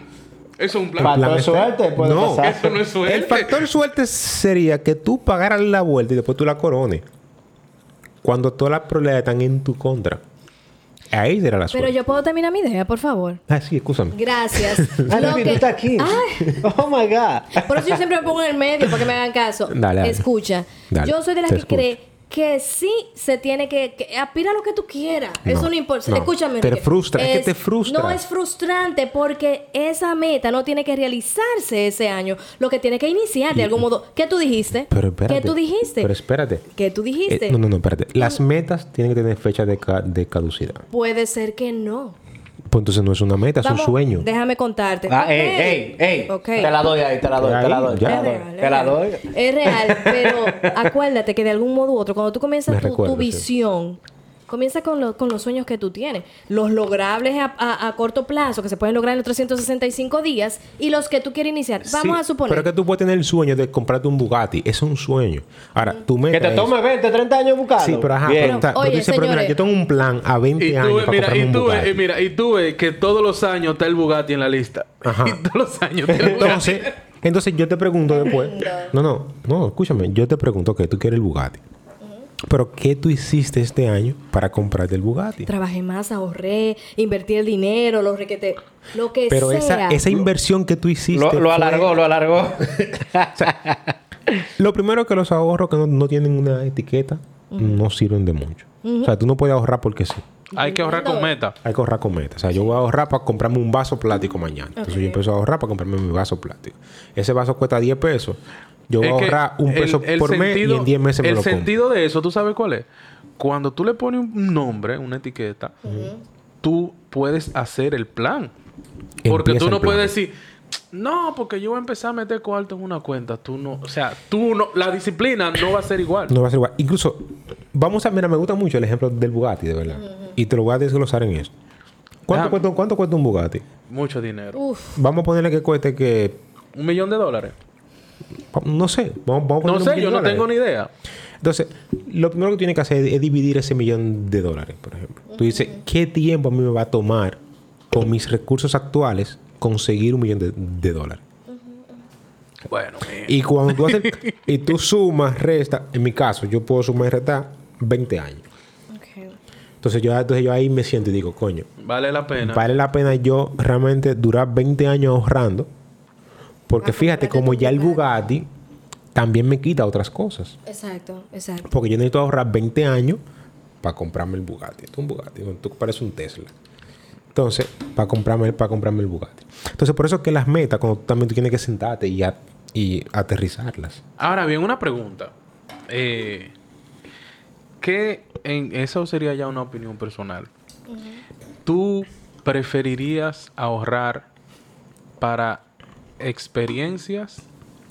Eso es un plan. Factor plan está- suerte puede No. pasar. Eso no es suerte. El factor suerte sería que tú pagaras la vuelta y después tú la corones. Cuando todas las probabilidades están en tu contra. Ahí será la Pero suerte. yo puedo terminar mi idea, por favor. Ah, sí, escúchame. Gracias. Ah, Lo no, que- Ah, tú estás aquí. Ay, Oh my God. por eso yo siempre me pongo en el medio para que me hagan caso. *laughs* Dale, dale. Escucha. Dale, yo soy de las te que escucho. cree que sí se tiene que, que aspira a lo que tú quieras. Eso no importa. no. Escúchame. Te Enrique. frustra, es que te frustra. No es frustrante porque esa meta no tiene que realizarse ese año. Lo que tiene que iniciar de algún modo. ¿Qué tú dijiste? Pero espérate. ¿Qué tú dijiste? Pero espérate. ¿Qué tú dijiste? Eh, no, no, no, espérate. Las metas tienen que tener fecha de, ca- de caducidad. Puede ser que no. Pues entonces no es una meta, es un Vamos, sueño. Déjame contarte. Ah, Ok. ey, ey, ey. Ok. Te la doy ahí, te la doy, te la Ahí, doy. ya. te la Es doy, real, Te es la real. doy. Es real, pero acuérdate que de algún modo u otro, cuando tú comienzas Me tu, recuerdo, tu sí. visión, comienza con, lo- con los sueños que tú tienes. Los logrables a, a- a corto plazo, que se pueden lograr en los 365 días, y los que tú quieres iniciar. Vamos Sí, a suponer. Pero es que tú puedes tener el sueño de comprarte un Bugatti. Es un sueño. Ahora, tu meta Que te es- tome 20, 30 años buscando. Sí, pero ajá. Bien. Pero, está- pero Oye, tú dices, pero mira, señores. yo tengo un plan a 20 Y tú, años ves- para mira, comprarme y un tú, ves- Bugatti. y mira, y tú ves que todos los años está el Bugatti en la lista. Ajá. *laughs* Y todos los años está el Bugatti. Entonces, entonces yo te pregunto después. No, no, no, escúchame. Yo te pregunto que tú quieres el Bugatti. Pero ¿qué tú hiciste este año para comprarte el Bugatti? Trabajé más, ahorré, invertí el dinero, lo requete, lo que Pero sea. esa, esa inversión que tú hiciste. Lo, lo fue- alargó, lo alargó. Lo primero que los ahorros que no, no tienen una etiqueta no sirven de mucho. O sea, tú no puedes ahorrar porque sí. Hay que ahorrar con meta. Hay que ahorrar con meta. O sea, yo voy a ahorrar para comprarme un vaso plástico mañana. Entonces yo empiezo a ahorrar para comprarme mi vaso plástico. Ese vaso cuesta 10 pesos. Yo voy Es a que ahorrar un el- peso el por mes y sentido- en 10 meses me El lo compro. sentido de eso, ¿tú sabes cuál es? Cuando tú le pones un nombre, una etiqueta, tú puedes hacer el plan. Porque Empieza tú el no plan. puedes decir, no, porque yo voy a empezar a meter cuarto en una cuenta. Tú no, o sea, tú no, la disciplina no va a ser igual. No va a ser igual. Incluso, vamos a... Mira, me gusta mucho el ejemplo del Bugatti, de verdad. Y te lo voy a desglosar en esto. ¿Cuánto, Ah. cuesta, cuánto cuesta un Bugatti? Mucho dinero. Uf, Vamos a ponerle que cueste que... Un millón de dólares. No sé. Vamos, vamos a No ponerle un sé, millón yo de no dólares. tengo ni idea. Entonces, lo primero que tú tienes que hacer es dividir ese millón de dólares, por ejemplo. Tú dices, ¿qué tiempo a mí me va a tomar con mis recursos actuales conseguir un millón de, de dólares? Bueno, mira. Y cuando tú haces, y tú sumas, resta, en mi caso, yo puedo sumar y restar 20 años. ok. Entonces yo, entonces yo ahí me siento y digo, coño, vale la pena. vale la pena yo realmente durar 20 años ahorrando, porque Para fíjate, comprarte como tu ya el Bugatti también me quita otras cosas. exacto, exacto. Porque yo necesito ahorrar 20 años para comprarme el Bugatti. Esto es un Bugatti. Tú pareces un Tesla. Entonces, para comprarme, para comprarme el Bugatti. Entonces, por eso es que las metas, cuando tú también tú tienes que sentarte y, a- y aterrizarlas. Ahora bien, una pregunta. Eh, ¿Qué en eso sería ya una opinión personal? ¿Tú preferirías ahorrar para experiencias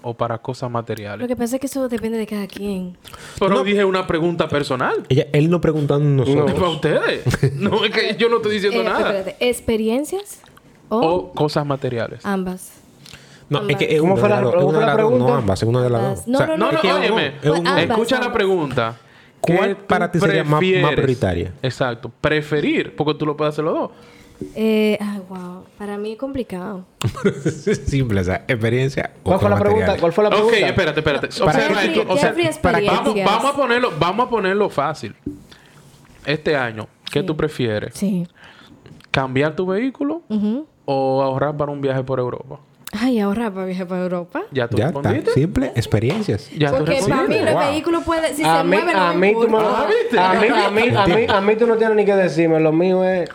o para cosas Lo materiales? que pasa es que eso depende de cada quien. Pero dije una pregunta personal. Ella, él no preguntando a Es para nosotros. *laughs* ustedes. No, es que yo no estoy diciendo Eh, nada. espérate, ¿Experiencias o O cosas materiales. Ah, ambas? No, es que es ¿Cómo una fue de la- las dos, cómo es una fue de la las dos, no pregunta? ambas, es una de las dos. No, O sea, no, No, es no, que es óyeme. un- es un- Ambas, Escucha la ambas. pregunta. ¿Cuál tú para ti sería más- más prefieres? prioritaria? Exacto. Preferir, porque tú lo puedes hacer los dos. Eh, ah, wow. Para mí es complicado. *laughs* simple, o sea, experiencia. o ¿Cuál fue la materiales. pregunta? ¿Cuál fue la Ok, pregunta? espérate, espérate. No, Observa Jeffrey- esto, o sea, Jeffrey es para- vamos, experiencias. vamos a ponerlo, vamos a ponerlo fácil. Este año, ¿qué tú prefieres? Sí. ¿Cambiar tu vehículo Ujú. o ahorrar para un viaje por Europa? Ay, ahorrar para viajar para Europa. Ya tú Ya respondiste. está, simple, experiencias. Ya tú Porque para mí respondiste. los Wow. vehículos pueden... Si A se mí, mueven, no a me mí tú me lo- importa. Ah, ¿viste? a mí, a mí, a mí, a mí tú no tienes ni que decirme. Lo mío es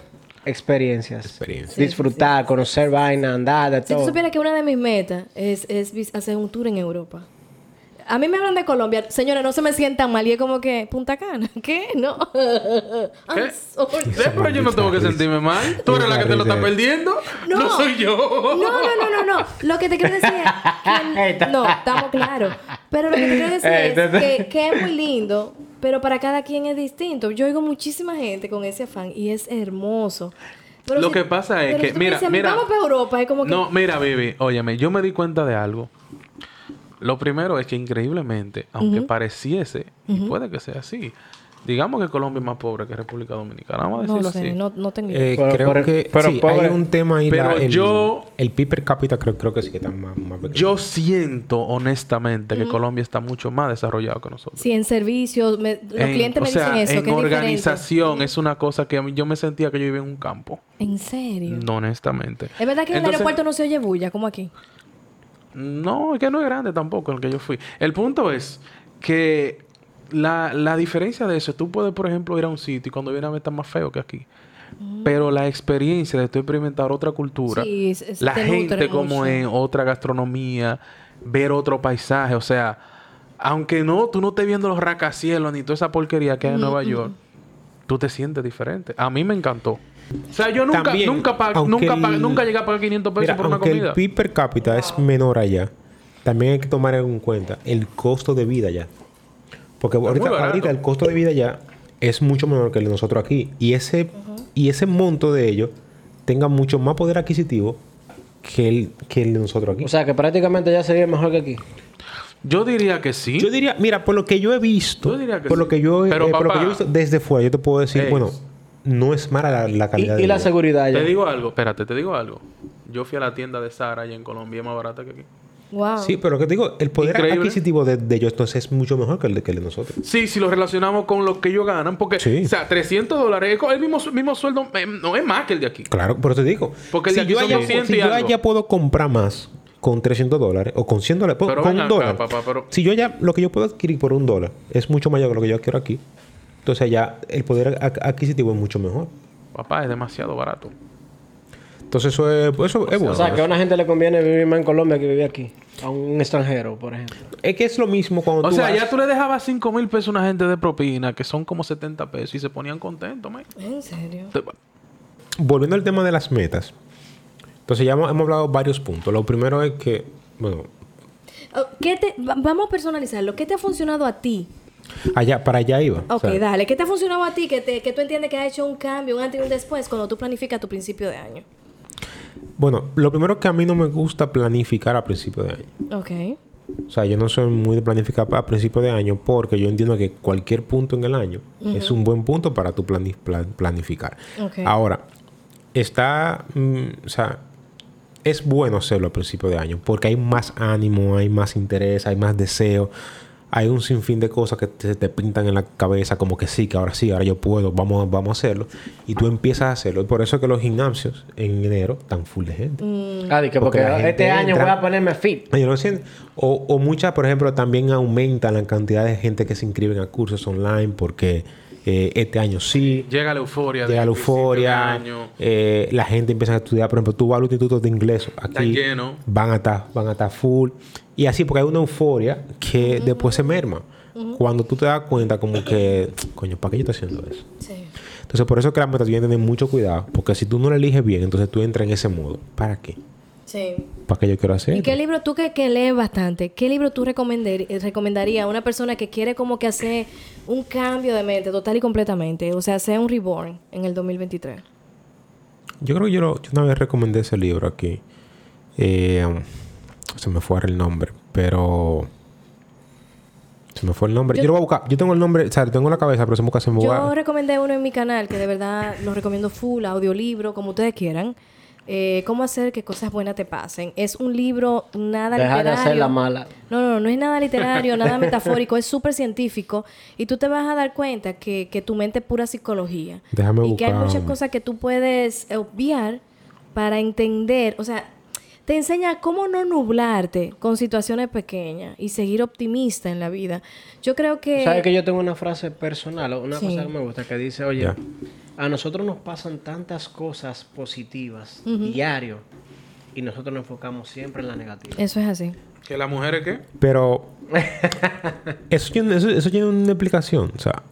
experiencias. Experiencias. Disfrutar, conocer vaina, andar, de Si tú todo. supieras que una de mis metas es, es vis- hacer un tour en Europa. A mí me hablan de Colombia. Señora, no se me sientan mal. Y es como que... ¿Punta Cana? ¿Qué? No. *laughs* I'm ¿Qué? sorry. Sí, Eh, pero yo no tengo que sentirme mal. Tú eres la que te lo está perdiendo. No, No. soy yo. No, no, no, no, no. Lo que te quiero decir es que- No, estamos claros. Pero lo que te quiero decir Ey, es te- que, que es muy lindo, pero para cada quien es distinto. Yo oigo muchísima gente con ese afán y es hermoso. Pero Lo si- que pasa es pero que, si tú me mira, dices, mira. Vamos para Europa, Pues es como que... No, mira, baby, óyeme, yo me di cuenta de algo. Lo primero es que increíblemente, aunque pareciese, y puede que sea así, Digamos que Colombia es más pobre que República Dominicana. Vamos a No decirlo lo así. sé, no, no tengo idea. Eh, Pero- creo pero- que pero sí, pobre. hay un tema ahí. Pero la- el, yo- el PIB per cápita creo, creo que sí que está más, más pequeño. Yo siento, honestamente, que Colombia está mucho más desarrollado que nosotros. Sí, en servicios, me- los En- clientes o me sea, dicen eso, en que es organización es una cosa que a mí- yo me sentía que yo vivía en un campo. diferente. ¿En serio? No, honestamente. Es verdad que en el Entonces- aeropuerto no se oye bulla, como aquí. No, es que no es grande tampoco el que yo fui. El punto es que la, la diferencia de eso, tú puedes, por ejemplo, ir a un sitio y cuando vienes a ver está más feo que aquí. Pero la experiencia de tú experimentar otra cultura, Mm. Sí, es- es- la te nutre gente como mucho. es, otra gastronomía, ver otro paisaje, o sea, aunque no, tú no estés viendo los racacielos ni toda esa porquería Mm, que hay en Nueva York, tú te sientes diferente. A mí me encantó. O sea, yo nunca, También, nunca, pa- aunque nunca, pa- el- nunca llegué a pagar 500 pesos Mira, por una aunque comida. el PIB per cápita es menor allá, también hay que tomar en cuenta el costo de vida allá. Porque ahorita, barato. ahorita el costo de vida allá es mucho menor que el de nosotros aquí. Y ese, y ese monto de ellos tenga mucho más poder adquisitivo que el, que el de nosotros aquí. O sea, que prácticamente ya sería mejor que aquí. Yo diría que sí. yo diría, mira, por lo que yo he visto, Yo diría que por, lo sí. que yo, he- Pero, eh, por lo que papá, yo he visto desde fuera, yo te puedo decir, es- bueno, no es mala la, la Y, calidad y de la vida. seguridad ya. Te digo algo, espérate, te digo algo. Yo fui a la tienda de Sara allá en Colombia, es más barata que aquí. Wow. Sí, pero lo que te digo, el poder Increíble. adquisitivo de, de ellos entonces es mucho mejor que el de, que el de nosotros. Sí, si lo relacionamos con lo que ellos ganan, porque, Sí. o sea, 300 dólares, es co- el mismo, su- mismo sueldo, eh, no es más que el de aquí. Claro, por eso te digo. Porque el de si aquí yo, son allá, 200 si y yo algo. allá puedo comprar más con 300 dólares o con 100 dólares, po- Pero con ven un acá, dólar. papá, pero- Si yo allá lo que yo puedo adquirir por un dólar es mucho mayor que lo que yo adquiero aquí, entonces allá el poder ad- adquisitivo es mucho mejor. Papá, es demasiado barato. Entonces eso es, pues, eso es bueno. O sea, que a una gente le conviene vivir más en Colombia que vivir aquí. A un extranjero, por ejemplo. Es que es lo mismo cuando O tú sea, vas- ya tú le dejabas 5 mil pesos a una gente de propina, que son como 70 pesos, y se ponían contentos, man. En serio. Te- volviendo al tema de las metas. Entonces ya hemos, hemos hablado varios puntos. Lo primero es que, bueno, Oh, ¿Qué te, va- vamos a personalizarlo. ¿Qué te ha funcionado a ti? allá para allá iba. O Ok, sea, dale. ¿Qué te ha funcionado a ti? Que, te, que tú entiendes que ha hecho un cambio, un antes y un después, cuando tú planificas tu principio de año. bueno, lo primero que a mí no me gusta planificar a principio de año. Ok. O sea, yo no soy muy de planificar a principio de año porque yo entiendo que cualquier punto en el año es un buen punto para tu plani- plan- planificar. Ok. Ahora, está, mm, o sea, es bueno hacerlo a principio de año porque hay más ánimo, hay más interés, hay más deseo. Hay un sinfín de cosas que te, te pintan en la cabeza como que sí, que ahora sí, ahora yo puedo, vamos, a- vamos a hacerlo. Y tú empiezas a hacerlo. Y por eso es que los gimnasios en enero están full de gente. Mm. Ah, di que Porque porque, la gente este año entra- voy a ponerme fit. Ay, yo lo siento. O, o muchas, por ejemplo, también aumentan la cantidad de gente que se inscriben a cursos online porque eh, este año sí, Llega la euforia. llega la del principio de euforia, año. eh, la gente empieza a estudiar. Por ejemplo, tú vas al instituto de inglés aquí, lleno. van a estar van a estar full. Y así, porque hay una euforia que después se merma. Cuando tú te das cuenta como que, coño, ¿para qué yo estoy haciendo eso? Sí. Entonces, por eso es que las metas tienen que tener mucho cuidado, porque si tú no la eliges bien, entonces tú entras en ese modo. ¿Para qué? Sí. ¿Para qué yo quiero hacer? ¿Y esto? qué libro tú que, que lees bastante? ¿Qué libro tú recomendar- eh, recomendarías a una persona que quiere como que hacer un cambio de mente total y completamente? O sea, hacer un reborn en el 2023. Yo creo que yo, lo- yo una vez recomendé ese libro aquí. Eh, se me fue ahora el nombre, pero. Se me fue el nombre. Yo, Yo- lo voy a buscar. Yo tengo el nombre, o sea, lo tengo en la cabeza, pero se me busca, se me Yo va. recomendé uno en mi canal que de verdad lo recomiendo full, audiolibro, como ustedes quieran. Eh, ¿Cómo hacer que cosas buenas te pasen? Es un libro Deja nada de literario. hacer la mala. No, no, no es nada literario, *laughs* nada metafórico, es súper científico. Y tú te vas a dar cuenta que, que tu mente es pura psicología. Déjame y que hay buscar. muchas cosas que tú puedes eh, obviar para entender, o sea, te enseña cómo no nublarte con situaciones pequeñas y seguir optimista en la vida. Yo creo que... ¿Sabes que yo tengo una frase personal, o una Eh, Sí. cosa que me gusta, que dice, oye, Ya. a nosotros nos pasan tantas cosas positivas diario y nosotros nos enfocamos siempre en la negativa. Eso es así. ¿Que las mujeres qué? *laughs* Pero. eso, tiene- eso- eso tiene una explicación. O sea,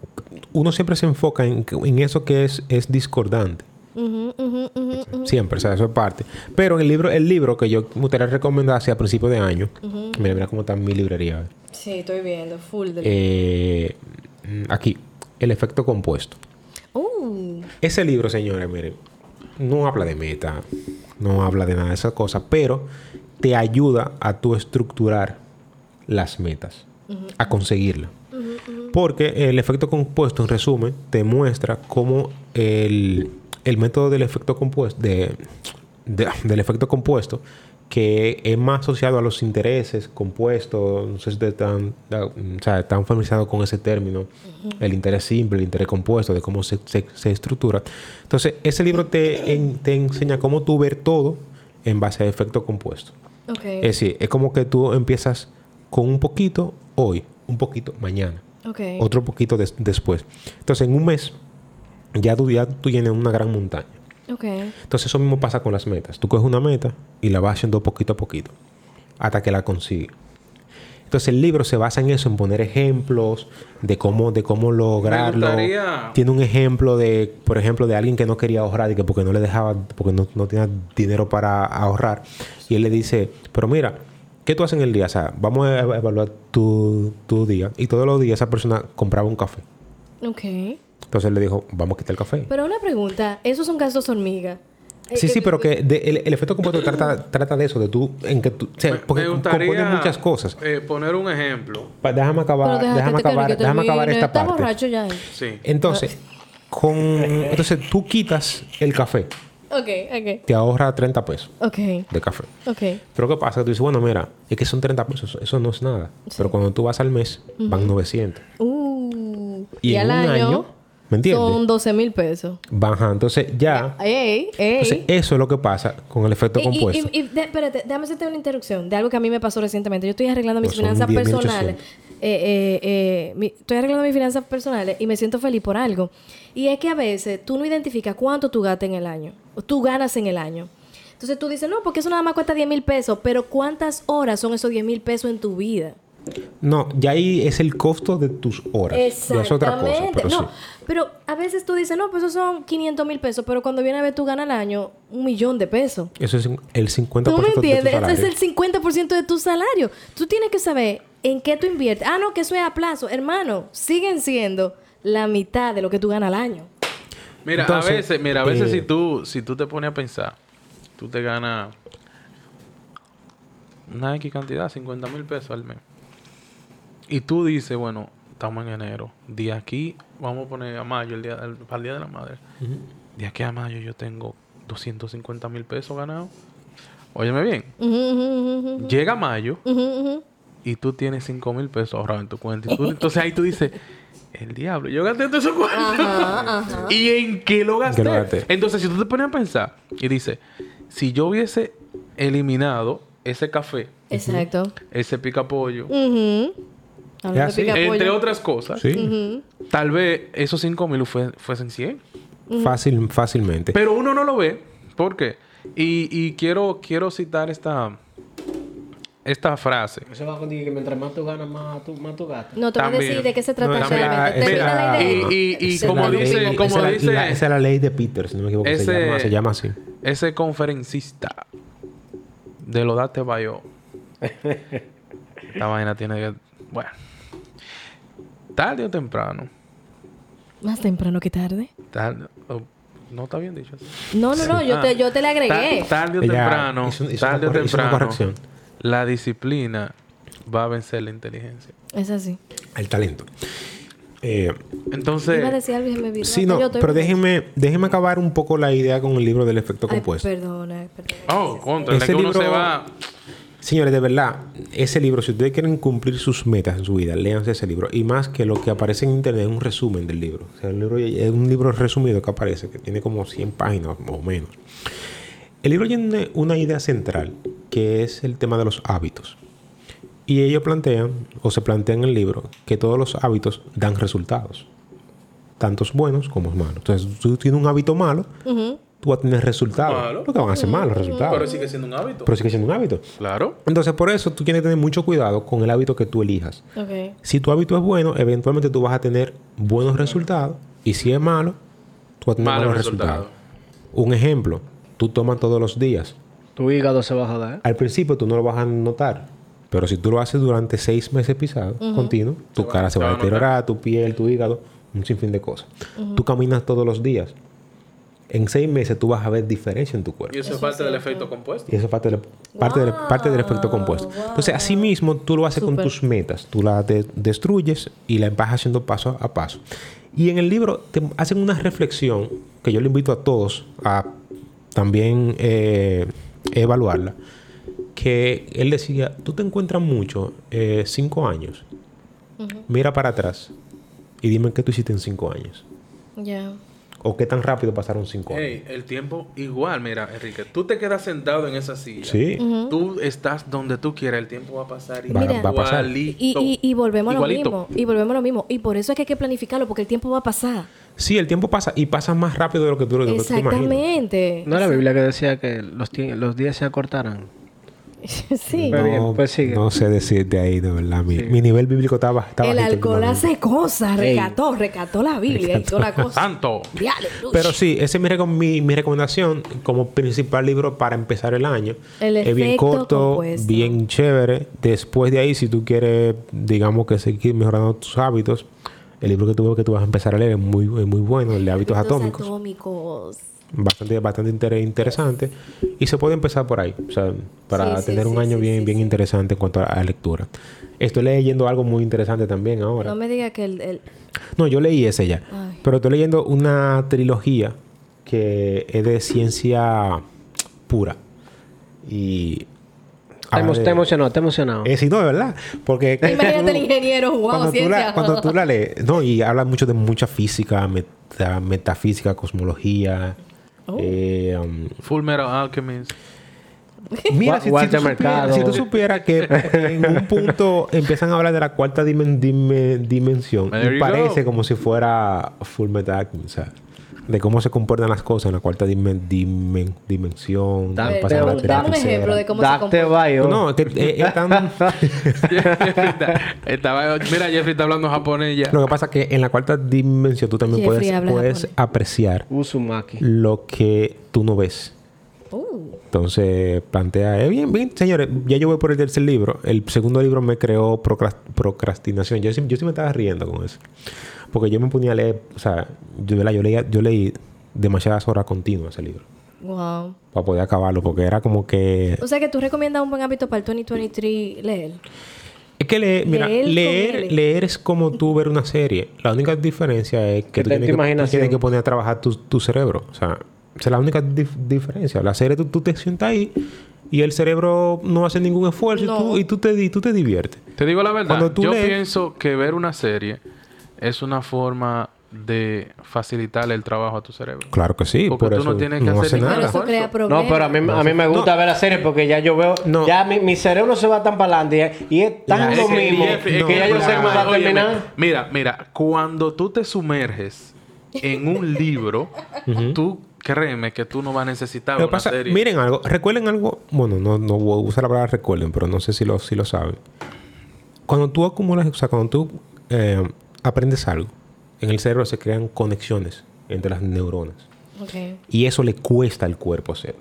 uno siempre se enfoca en, en eso que es, es discordante. Ujú, ujú, ujú, ujú. Siempre, o sea, eso es parte. Pero en el libro, el libro que yo me gustaría recomendar hacia principios de año. Mira, mira cómo está mi librería. Sí, estoy viendo, full del... Eh, aquí, el efecto compuesto. Uh, Ese libro, señores, miren, no habla de meta, no habla de nada de esas cosas, pero te ayuda a tú estructurar las metas, a conseguirlas. Porque el efecto compuesto, en resumen, te muestra cómo el, el método del efecto compuesto, de, de- del efecto compuesto, que es más asociado a los intereses compuestos, no sé si te están, da- o sea, están familiarizados con ese término, el interés simple, el interés compuesto, de cómo se, se- se estructura. Entonces, ese libro te, en- te enseña cómo tú ver todo en base a efecto compuesto. Ok. Es decir, es como que tú empiezas con un poquito hoy, un poquito mañana, ok. otro poquito des- después. Entonces, en un mes, ya tú, ya tú tienes una gran montaña. Ok. Entonces, eso mismo pasa con las metas. Tú coges una meta y la vas haciendo poquito a poquito, hasta que la consigues. Entonces, el libro se basa en eso, en poner ejemplos de cómo, de cómo lograrlo. gustaría- Tiene un ejemplo de, por ejemplo, de alguien que no quería ahorrar y que porque no le dejaba, porque no, no tenía dinero para ahorrar. Y él le dice, pero mira, ¿qué tú haces en el día? O sea, vamos a ev- evaluar tu, tu día. Y todos los días esa persona compraba un café. Ok. Entonces él le dijo, vamos a quitar el café. Pero una pregunta, esos son gastos hormiga. Eh, Sí, eh, sí, pero que de- el, el efecto compuesto trata, trata de eso, de tú, en que tú, o sea, Me- Eh, porque me componen gustaría, muchas cosas. eh, poner un ejemplo. Pa- déjame acabar, Pero este déjate déjame que te acabar, hable, que déjame termine. acabar esta Está parte. borracho ya. eh. él. Sí. Entonces, con, entonces tú quitas el café, Ok, te ahorra 30 pesos ok. Ok, de café. ok. Pero ¿qué pasa? Tú dices, bueno, mira, es que son 30 pesos, eso no es nada. Pero cuando tú vas al mes, van 900. Uh, Y, en un año, ¿me entiendes? son 12 mil pesos. Baja, entonces ya. Ey, ey. Entonces, eso es lo que pasa con el efecto Y- y- compuesto. y- y de- espérate, déjame hacerte una interrupción de algo que a mí me pasó recientemente. Yo estoy arreglando mis Pero son finanzas 10.800. personales. Eh, eh, eh, mi- estoy arreglando mis finanzas personales y me siento feliz por algo. Y es que a veces tú no identificas cuánto tú gastas en el año. O tú ganas en el año. Entonces tú dices, no, porque eso nada más cuesta 10 mil pesos. Pero ¿cuántas horas son esos 10 mil pesos en tu vida? No, ya ahí es el costo de tus horas. Ya es otra cosa, pero no, sí. pero a veces tú dices, no, pues eso son 500 mil pesos, pero cuando viene a ver tú ganas al año un millón de pesos. Eso es el 50% ¿Tú me entiendes? de tu Eso es salario. el 50% de tu salario. Tú tienes que saber en qué tú inviertes. Ah, no, que eso es a plazo. Hermano, siguen siendo la mitad de lo que tú ganas al año. Mira, Entonces, a veces, mira, a veces eh, si tú, si tú te pones a pensar, tú te ganas una X cantidad, 50 mil pesos al mes. Y tú dices, bueno, estamos en enero. De aquí, vamos a poner a mayo, el día, el- para el Día de la Madre. De aquí a mayo yo tengo 250 mil pesos ganados. Óyeme bien, Ujú, ujú, ujú, llega mayo ujú, ujú. y tú tienes 5 mil pesos ahorrados en tu cuenta. Y tú- entonces ahí tú dices, el diablo, yo gasté todo eso Ajá, ajá. *laughs* ¿Y en qué lo gasté? ¿Qué lo gasté? Entonces, si tú te pones a pensar y dices, si yo hubiese eliminado ese café, Exacto. ese pica pollo, Ujú. Hablando así. de pica entre pollo. otras cosas, Sí, tal vez esos 5 mil fue- fuesen 100. fácil, fácilmente. Pero uno no lo ve. ¿Por qué? Y, y quiero, quiero citar esta, esta frase. Eso va contigo que mientras más tú ganas, más tú, más tú gastas. No te voy a También. decir de qué se trata No, Ah, esa también. realmente. es Termina la idea. Y- y- y esa como es la dice- ley- como esa es la- dice- la- esa es la ley de Peter, si no me equivoco. se, Ese- llama, se llama así. Ese conferencista de lo date Bayo. Esta vaina tiene que. Bueno. Tarde o temprano. Más temprano que tarde. Tarde, o- no está bien dicho. eso. No, no, no, yo, Ah. te, yo te la agregué. Ta- tarde o Ella temprano. hizo- hizo una tarde o corre- hizo una temprano. corrección. La disciplina va a vencer la inteligencia. Es así. El talento. Eh, Iba a Entonces, decir algo y se me olvidó. sí, Hasta no, yo estoy pero borracha. déjeme, déjeme acabar un poco la idea con pues. el libro del efecto Ay, compuesto. perdona, perdona. oh, contra, Ese que uno libro- se va. Señores, de verdad, ese libro, si ustedes quieren cumplir sus metas en su vida, léanse ese libro. Y más que lo que aparece en internet es un resumen del libro. O sea, el libro es un libro resumido que aparece, que tiene como 100 páginas o menos. El libro tiene una idea central, que es el tema de los hábitos. Y ellos plantean, o se plantean en el libro, que todos los hábitos dan resultados. Tantos buenos como malos. Entonces, si tú tienes un hábito malo, tú vas a tener resultados. Malo. Lo que van a ser malos resultados. Pero, sigue siendo un hábito. sigue siendo un hábito. Claro. Entonces, por eso tú tienes que tener mucho cuidado con el hábito que tú elijas. Ok. Si tu hábito es bueno, eventualmente tú vas a tener buenos resultados. Y si es malo, tú vas a tener Malos malos resultados. resultados. Un ejemplo, tú tomas todos los días. Tu hígado se va a joder. ¿eh? Al principio tú no lo vas a notar. Pero si tú lo haces durante seis meses pisado, continuo, tu cara se se va a va a notar. deteriorar, tu piel, tu hígado, un sinfín de cosas. Tú caminas todos los días. en seis meses tú vas a ver diferencia en tu cuerpo. Y eso, Eso es parte es del cierto. efecto compuesto. Y eso es parte del, parte del- parte del efecto compuesto. Entonces, wow. así mismo tú lo haces con Súper. tus metas. Tú las de- destruyes y las vas haciendo paso a paso. Y en el libro te hacen una reflexión que yo le invito a todos a también eh, evaluarla. Que él decía, tú te encuentras mucho eh, cinco años. Mira para atrás y dime qué tú hiciste en cinco años. Ya. O qué tan rápido pasaron cinco años. Ey, el tiempo igual, mira, Enrique, tú te quedas sentado en esa silla. Sí. Tú estás donde tú quieras, el tiempo va a pasar Va- Mira. va a pasar. igualito. Y, y, y volvemos a lo Igualito. mismo. Y volvemos a lo mismo. Y por eso es que hay que planificarlo, porque el tiempo va a pasar. Sí, el tiempo pasa y pasa más rápido de lo que tú, de lo que tú te imaginas. Exactamente. No era la Biblia que decía que los, tie- los días se acortarán. *laughs* sí. Pero bien, pues sigue. no sé decirte ahí, de verdad. Mi, mi nivel bíblico estaba, estaba El bajito alcohol últimamente. hace cosas. Ey. Recató, recató la Biblia y toda la *laughs* cosa. Santo. Diablo, uy. Pero sí, esa es mi, recom- mi- mi recomendación como principal libro para empezar el año. El es bien efecto corto, compuesto. bien chévere. Después de ahí, si tú quieres, digamos que seguir mejorando tus hábitos, el libro que tú, que tú vas a empezar a leer es muy, es muy bueno, el de hábitos atómicos. atómicos. Bastante, bastante inter- interesante. Y se puede empezar por ahí, o sea, para Sí, sí, tener un sí, año sí, bien, sí, bien sí. interesante en cuanto a, a lectura. Estoy leyendo algo muy interesante también ahora. No me diga que el... *laughs* el- No, yo leí ese ya. Ay. Pero estoy leyendo una trilogía que es de ciencia pura. Y. Te, habla emo- Ah, de- te emocionó, te emocionó. Eh, sí, no, de verdad. Porque. Imagínate el ingeniero, wow, *laughs* cuando, tú ciencia. la, cuando tú la lees. No, y habla mucho de mucha física, meta- metafísica, cosmología. Oh. eh, um, Full Metal *laughs* Alchemist. Gua- Mira, si, si, tú guardamercado. supieras, si tú supieras que en un punto empiezan a hablar de la cuarta dimen- dime- dimensión There y you parece go. como si fuera Full Metal Alchemist, o sea, de cómo se comportan las cosas en la cuarta dimen- dimen- dimensión. Dame- cómo Pero, pasan dame- las dame dame un terceras. ejemplo de cómo se Dacte comporta. Bayo. No, es que eh, *laughs* es tan- Estaba- mira, Jeffrey está hablando japonés ya. Lo que pasa es que en la cuarta dimensión tú también Jeffrey puedes, habla puedes japonés. apreciar Uzumaki. lo que tú no ves. *laughs* Uh, Entonces plantea, eh, bien, bien, señores, ya yo voy por el tercer libro. El segundo libro me creó procras- procrastinación. Yo, sí- yo sí me estaba riendo con eso. Porque yo me ponía a leer, o sea, yo, ¿verdad? yo, leía, yo leí demasiadas horas continuas ese libro wow. para poder acabarlo, porque era como que... O sea que tú recomiendas un buen hábito para el 2023 leer. Es que leer, mira, Leer con leer, L. leer es como tú ver una serie. La única diferencia es que Que tú tenga tienes que, tú imaginación. tienes que poner a trabajar tu, tu cerebro. O sea, esa es la única dif- diferencia. La serie tú, tú te sientas ahí y el cerebro no hace ningún esfuerzo No. y, tú, y tú te, di- tú te diviertes. Te digo la verdad, Cuando tú yo lees- pienso que ver una serie es una forma de facilitarle el trabajo a tu cerebro. Claro que sí, Porque por tú eso no tienes que hacer hace ningún Pero nada. eso esfuerzo. crea problemas. No, pero a mí, a mí me gusta ver la serie porque ya yo veo... No. Ya mi, mi cerebro se va tan para adelante y, y es tan La- lo es que mismo Jeffrey- que, es que ya yo sé Jeffrey- cómo va a Óyeme, terminar. Mira, mira, cuando tú te sumerges en un libro, tú créeme que tú no vas a necesitar Lo Ah, una que pasa- serie. miren algo, recuerden algo, bueno, no, no voy a usar la palabra recuerden, pero no sé si lo, si lo saben. Cuando tú acumulas, o sea, cuando tú eh, aprendes algo, en el cerebro se crean conexiones entre las neuronas. Ok. Y eso le cuesta al cuerpo hacer.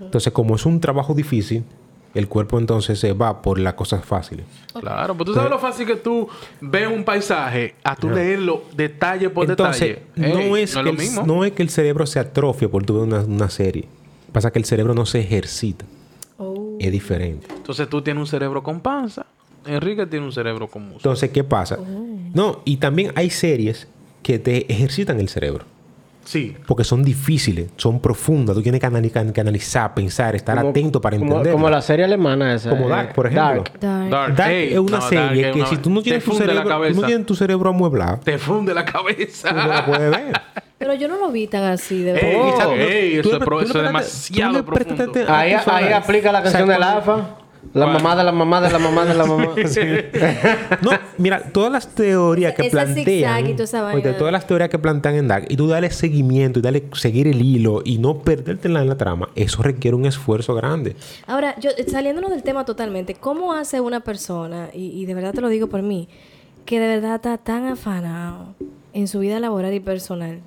Entonces, como es un trabajo difícil, el cuerpo entonces se va por las cosas fáciles. Claro, pues tú sabes lo fácil que tú ves un paisaje a tú leerlo detalle por Entonces, detalle. Ey, no, es lo que mismo. el, no es que el cerebro se atrofie por tu ver una, una serie. Pasa que el cerebro no se ejercita. Oh. Es diferente. Entonces tú tienes un cerebro con panza. Enrique tiene un cerebro con músculo. Entonces, ¿qué pasa? No, y también hay series que te ejercitan el cerebro. Sí. Porque son difíciles, son profundas. Tú tienes que, anali- que analizar, pensar, estar Como- atento para como- entender. Como, la serie alemana esa. Como eh, Dark, por ejemplo. Dark. Dark. Dark, Dark ey, es una no, Dark serie es que una- si tú no, tienes te tu funde la cerebro, tú no cabeza. tienes tu cerebro amueblado, Te funde la tú no *laughs* la cabeza. puedes ver. Pero yo no lo vi tan así, Eh, de Ey, verdad. exacto. Tú le- Oh, Ey, tú eso le- tú le es pro- eso es prestas- tú le demasiado prestas profundo. atención a Ahí, tus ahí horas. aplica la O sea, canción del cuando- alfa. La mamá de la mamá de la mamá de la mamá. No, mira, todas las teorías que Ese zigzag plantean. y toda esa oíste, vaina. todas las teorías que plantean en Dark. Y tú dale seguimiento y dale seguir el hilo y no perderte en la, en la trama. Eso requiere un esfuerzo grande. Ahora, yo eh, saliéndonos del tema totalmente, ¿cómo hace una persona, y, y de verdad te lo digo por mí, que de verdad está tan afanado en su vida laboral y personal?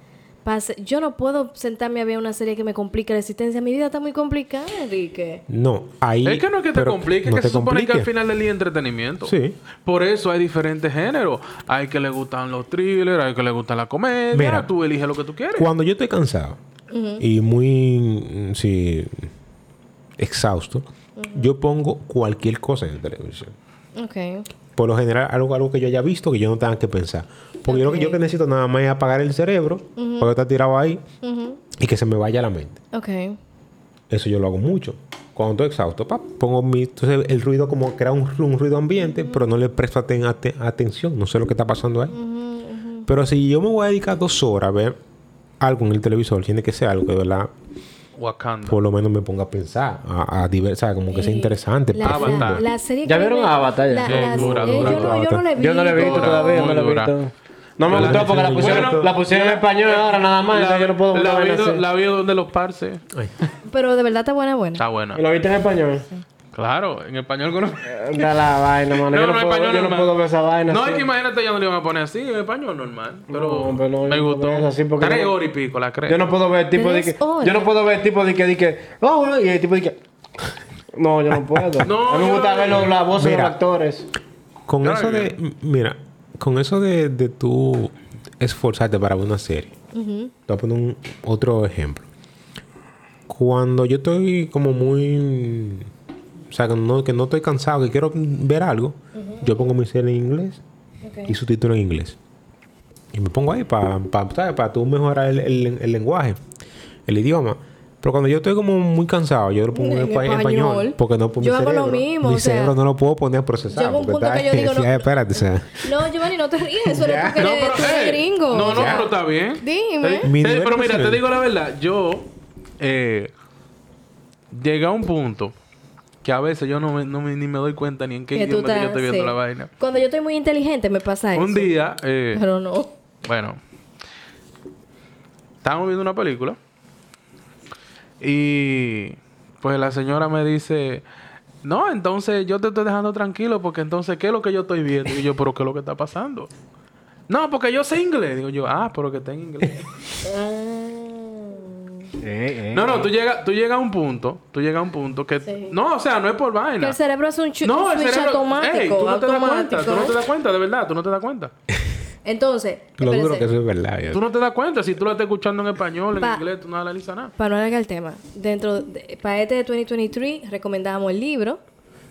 Pase, yo no puedo sentarme a ver una serie que me complica la existencia. Mi vida está muy complicada, Enrique. No, ahí. Es que no es que te pero complique, no es que te se supone que al complique. final del día es entretenimiento. Sí. Por eso hay diferentes géneros. Hay que le gustan los thrillers, hay que le gustan la comedia. Mira. tú eliges lo que tú quieres. Cuando yo estoy cansado, y muy mm, sí, exhausto, yo pongo cualquier cosa en la televisión. Ok. Por lo general, algo, algo que yo haya visto que yo no tenga que pensar. Porque yo lo que yo Ok. que necesito nada más es apagar el cerebro, porque está tirado ahí, y que se me vaya la mente. Ok. Eso yo lo hago mucho. Cuando estoy exhausto, pa, pongo mi. Entonces el ruido como crea un, ru- un ruido ambiente, pero no le presto aten- ate- atención. No sé lo que está pasando ahí. Pero si yo me voy a dedicar dos horas a ver algo en el televisor, tiene que ser algo que de verdad Wakanda. por lo menos me ponga a pensar, a, a diversar, como que sea Eh, interesante, la, profundo. la- la serie ¿Ya que vieron me- Avatar ya? la- Sí, la- dura, eh, dura, yo, no, yo Avatar. no la he visto. Yo no la he visto Dura, todavía, no muy la he dura. visto. No me Yo la gustó vi porque la muy pusieron, buena. la pusieron en español ahora nada más. entonces yo no puedo la, buscar vi, vaina do- así. la vi donde los parces. Pero de verdad está buena, buena. Está buena. ¿Lo viste en español? Claro, en español con *laughs* No, Da la vaina, mano. Eh, yo no, en puedo, español yo no normal. puedo ver esa vaina. No, así. es que imagínate, ya no le iban a poner así, en español normal. Pero, No, pero no, me yo no gustó. veo eso así porque Tres no- horas y pico, la creo. Yo no puedo ver tipo de Tres que. Yo no horas. puedo ver tipo de que. de que oh, bueno", y el tipo de que. No, yo no *laughs* puedo. No, a mí yo me gusta no- ver los- la voz de los Mira. actores. Con Claro eso que- de, m- mira, con eso de, de tú esforzarte para ver una serie, te voy a poner un- otro ejemplo. Cuando yo estoy como muy, o sea, que no, que no estoy cansado, que quiero ver algo, yo pongo mi serie en inglés y subtítulo en inglés. Y me pongo ahí para para tú mejorar el, el- el lenguaje, el idioma. Pero cuando yo estoy como muy cansado, yo lo pongo en, En espa- en español, español. Porque no puedo Yo mi hago lo cerebro- mismo, Mi o sea, cerebro no lo puedo poner a procesar. llega un porque punto está- que *laughs* yo digo, no- sí, espérate, o sea, *laughs* No, Giovanni, no te ríes. Eso es tú que No, eres- pero, tú eres eh, gringo. No, no, Ya. pero está bien. Dime. Te- Mi te- nivel pero mira, te profesional. digo la verdad. Yo eh, llegué a un punto que a veces yo no, me, no me- ni me doy cuenta ni en qué que tú idioma que estás- yo estoy viendo sí. la vaina. Cuando yo estoy muy inteligente me pasa eso. Un día, eh, Pero no. bueno, estábamos viendo una película y pues la señora me dice, no, entonces yo te estoy dejando tranquilo porque entonces, ¿qué es lo que yo estoy viendo? Y yo, pero ¿qué es lo que está pasando? No, porque yo sé inglés. Digo yo, ah, pero que está en inglés. Ah. Eh, No, no, tú llegas tú llega a un punto, tú llegas a un punto que... Sí. No, o sea, no es por Que vaina. el cerebro es un, chu- no, un switch automático. Ey, tú no te automático. das cuenta, tú no te ¿eh? das cuenta, de verdad, tú no te das cuenta. Entonces, lo duro espérense. que eso es verdad. yo- Tú no te das cuenta, si tú lo estás escuchando en español, en Pa- inglés, tú no analizas nada. Para no alargar el tema, dentro de, para este de 2023 recomendamos el libro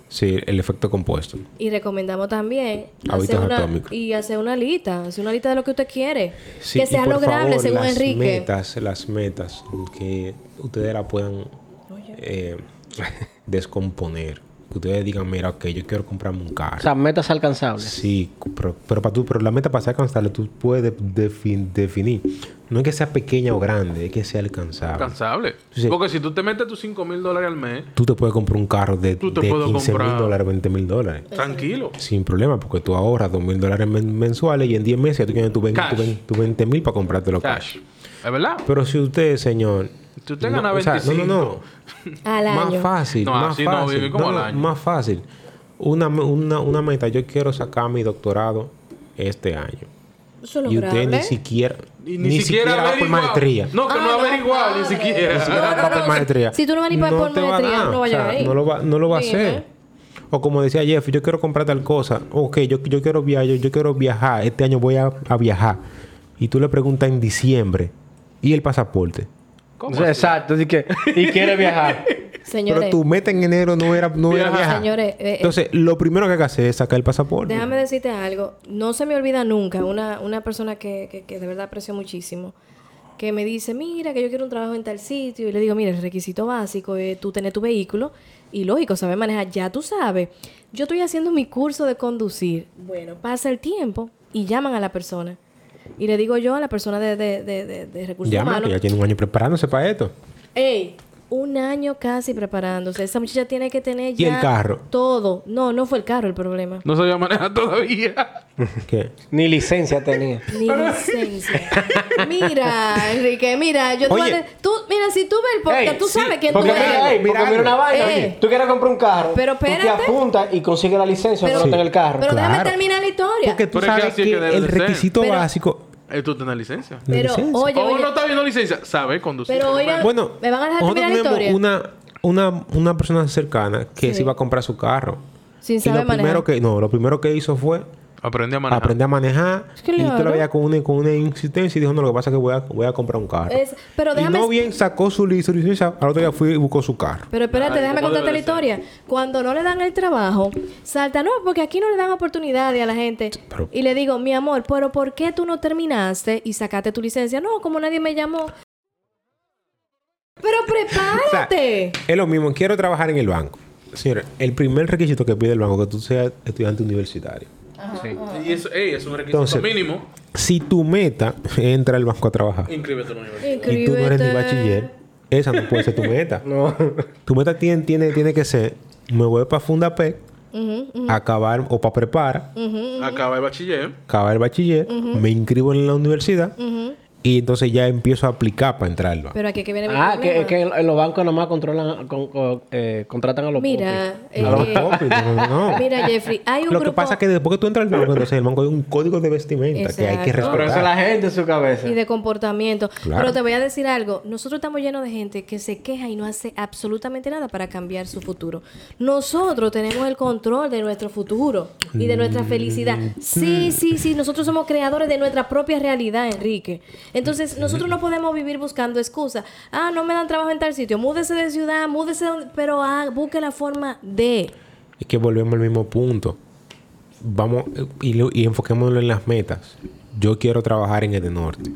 Sí, el efecto compuesto. y recomendamos también Hábitos hacer una, atómicos. y hacer una lista, hacer una lista de lo que usted quiere, Sí, que y sea por lograble favor, según las Enrique. metas, las metas que ustedes la puedan eh, *laughs* descomponer. Que ustedes digan, mira, ok, yo quiero comprarme un O carro. sea, metas alcanzables. Sí, pero, pero para tú, pero la meta para ser alcanzable tú puedes defin- definir. No es que sea pequeña o grande, es que sea alcanzable. Cansable. Ah, Sí. Porque si tú te metes tus 5 mil dólares al mes, Tú te puedes comprar un carro de, de Tú te puedes 15 mil comprar- dólares, 20 mil dólares. tranquilo. Sin problema, porque tú ahorras 2 mil dólares men- mensuales y en 10 meses ya tú tienes tus Cash. 20 mil para comprártelo Cash. cash. ¿Es verdad? Pero si usted, señor. Si usted gana o sea, 25. no, no, Al no. año. Más fácil. No, más así no, fácil. vive como al año. Más fácil. Una, me- una, una meta. Yo quiero sacar mi doctorado este año. Eso es Y usted lograble. ni siquiera. Y ni, siquiera, va por averiguado. maestría. No, que Ah, no no, averiguado ni madre. siquiera. Si usted va por maestría. si tú no vas ni pa- por te va a maestría, dar. no va a O sea, llegar ahí. No lo va, no lo va a Sí, ¿eh? hacer. O como decía Jeff, yo quiero comprar tal cosa. Ok, yo, yo quiero viajar, yo, yo quiero viajar. Este año voy a, a viajar. Y tú le preguntas en diciembre. ¿Y el pasaporte? O sea, exacto, así que. Y quiere viajar. Señores, Pero tu meta en enero no era, no era Viajar. viajar. Señores, eh, eh. Entonces, lo primero que hay que hacer es sacar el pasaporte. déjame decirte algo. No se me olvida nunca una, una persona que, que, que de verdad aprecio muchísimo. Que me dice, mira, que yo quiero un trabajo en tal sitio. Y le digo, mira, el requisito básico es tú tener tu vehículo. Y lógico, saber manejar. Ya tú sabes. Yo estoy haciendo mi curso de conducir. Bueno, pasa el tiempo y llaman a la persona. Y le digo yo a la persona de, de, de, de- de recursos Llama, que humanos. ya tiene un año preparándose para esto. Ey, un año casi preparándose. Esa muchacha tiene que tener ¿Y ya el carro? todo. No, no fue el carro el problema. No sabía manejar *laughs* todavía. ¿Qué? Ni licencia tenía. Ni licencia. mira, Enrique, mira, yo te voy a Oye. de- tú, mira, si tú ves el podcast, Ey, tú sí, sabes quién tú porque eres. mira, ey, porque Mirando. mira una vaina. Ey. oye, Tú quieres comprar un carro. Pero tú te espérate. apuntas y consigues la licencia, pero, pero no tenés el carro. pero déjame Claro. terminar la historia. Porque tú Pero es que sabes así que, es que debe el de ser. requisito Pero- básico. Eh, tú tenés licencia. la pero, licencia. oye, o oye, no está viendo licencia, sabe conducir. pero oigan, Bueno, eh, ¿me van a dejar nosotros terminar la tenemos historia? Una, una, una persona cercana que Sí. se iba a comprar su carro. Sin y saber lo primero manejar. que, no, lo primero que hizo fue Aprendí a manejar. Aprendí a manejar. Es que y tú claro. la veías con una, con una insistencia y dijo, no, lo que pasa es que voy a, voy a comprar un carro. Es- pero y déjame- no bien sacó su li- su licencia, al otro día fui y buscó su carro. Pero espérate, Ay, déjame ¿cómo contarte la debe de ser? historia. Cuando no le dan el trabajo, salta, no, porque aquí no le dan oportunidades a la gente. Pero- Y le digo, mi amor, pero ¿por qué tú no terminaste y sacaste tu licencia? No, como nadie me llamó. Pero O sea, prepárate. es lo mismo, quiero trabajar en el banco. Señores, el primer requisito que pide el banco es que tú seas estudiante universitario. Sí. Y eso ey, es un requisito Entonces- mínimo. Si tu meta entra al banco a trabajar Inscríbete en la universidad. y tú no eres ni Inscríbete. bachiller, esa no puede ser tu meta. *laughs* No. Tu meta tiene, tiene, tiene que ser, me voy para Fundapec, Ujú, acabar o para preparar, Mm, Acaba el bachiller. acabar el bachiller, me inscribo en la universidad ujú. y entonces ya empiezo a aplicar para entrar al banco. Pero aquí que viene mi Ah, que, problema. que en los bancos nomás controlan, con- con- eh, contratan a los popis. Mira, eh, A los popis, no, *laughs* no. mira, Jeffrey, hay un Lo que grupo- pasa es que después que tú entras al banco, entonces en el banco hay un código de vestimenta que hay que Pero eso Exacto. es respetar. la gente en su cabeza. y de comportamiento. Claro. Pero te voy a decir algo, nosotros estamos llenos de gente que se queja y no hace absolutamente nada para cambiar su futuro. Nosotros tenemos el control de nuestro futuro y de nuestra felicidad. Mm. Sí, sí, sí, nosotros somos creadores de nuestra propia realidad, Enrique. Entonces, nosotros no podemos vivir buscando excusas. Ah, no me dan trabajo en tal sitio, múdese de ciudad, múdese, de donde- pero ah, busque la forma de... Es que volvemos al mismo punto. Vamos eh, y, lo- y enfoquémonos en las metas. Yo quiero trabajar en el norte.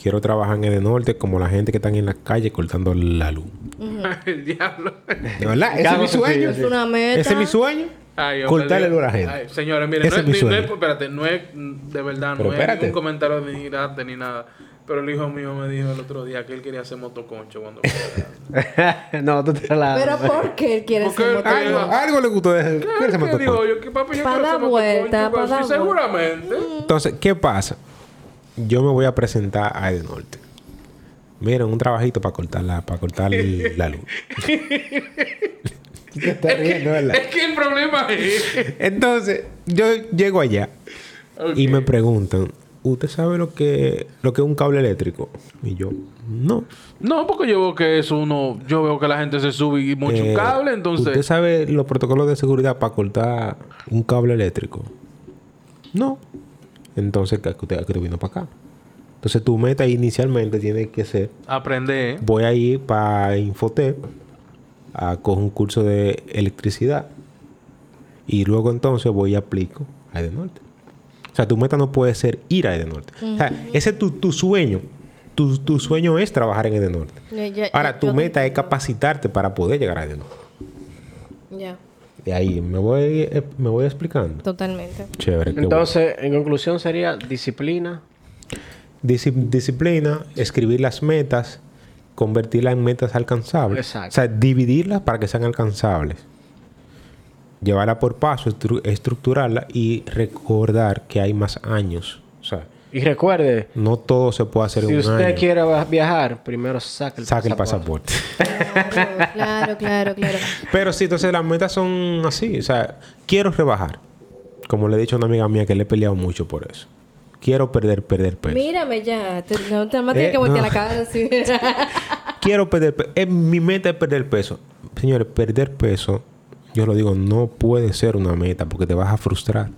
Quiero trabajar en el norte como la gente que están en las calles cortando la luz. Mm, *laughs* el diablo. ¿De verdad? Ese es Claro, mi sí, sueño. Es una meta. Ese es mi sueño. Ay, ojalá. Cortarle el olor a la gente. Ay, señores, miren, Ese no es mi es, ni- no sueño. es- espérate, no es mm, de verdad, Pero no es espérate. ningún comentario de ignorante ni nada. Pero el hijo mío me dijo el otro día que él quería hacer motoconcho cuando *laughs* *laughs* no, tú te la... *laughs* Pero ¿por qué él quiere Porque ser él- motor? Algo, algo le gustó de Claro ese que motor. digo yo que papi yo Pa' quiero dar hacer vuelta, pa' motoconcho, pero dar sí, seguramente. Entonces, ¿qué pasa? Yo me voy a presentar a El Norte. Miren, un trabajito para cortar la, para *laughs* cortar la luz. Tú te estás riendo, ¿verdad? *laughs* Es que el problema *laughs* es Entonces, yo llego allá y me preguntan, ¿usted sabe lo que, lo que es un cable eléctrico? Y yo, no. No, porque yo veo que es uno, yo veo que la gente se sube y mucho Eh, cable, ¿Usted entonces sabe los protocolos de seguridad para cortar un cable eléctrico? No. Entonces, ¿qué usted, qué tú vino para acá? Entonces, tu meta inicialmente tiene que ser, aprende. ¿eh? voy a ir para Infotep a coger un curso de electricidad y luego entonces voy y aplico a de Norte. O sea, tu meta no puede ser ir a de Norte. O sea, ese es tu, tu sueño. Tu, tu sueño es trabajar en de Norte. Ya, ya, Ahora, ya, tu Eh, yo- meta es capacitarte para poder llegar a Norte. Ya, De ahí me voy, eh, me voy explicando. totalmente. Chévere. qué Entonces, en conclusión sería disciplina. bueno. Disci- disciplina, escribir las metas, convertirlas en metas alcanzables. Exacto. O sea, dividirlas para que sean alcanzables. Llevarla por paso, estru- estructurarla y recordar que hay más años. O sea, Y recuerde, no todo se puede hacer en si un usted año. quiere va- viajar, primero saque el Saca el pasaporte. pasaporte. *laughs* Claro, claro, claro, claro. Pero sí, entonces las metas son así. O sea, quiero rebajar. Como le he dicho a una amiga mía que le he peleado mucho por eso. Quiero perder, perder, peso. Mírame ya, te, no, te, más tienes pues. Eh, que voltear no. la cara así. Quiero perder peso. mi meta es perder peso. Señores, perder peso, yo lo digo, no puede ser una meta porque te vas a frustrar.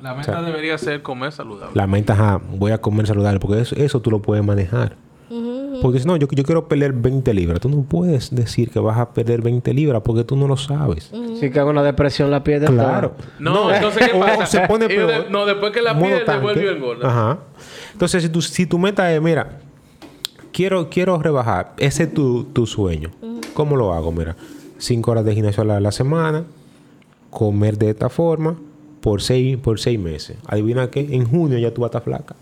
La meta debería ser comer saludable. La meta es, ah, voy a comer saludable porque eso, eso tú lo puedes manejar. Porque si no, yo, yo quiero perder 20 libras. Tú no puedes decir que vas a perder 20 libras porque tú no lo sabes. Mm. Si cae una depresión, la pierde. Claro. No, entonces, *laughs* ¿qué o pasa? se pone Y de- peor. no, después que la Modo pierde, tanque. vuelve y engorda. Ajá. Entonces, si tu, si tu meta es, mira, quiero, quiero rebajar, ese es tu, tu sueño. ¿Cómo lo hago? Mira, cinco horas de gimnasio a la, a la semana, comer de esta forma por seis, por seis meses. Adivina qué, en junio ya tú vas a estar flaca.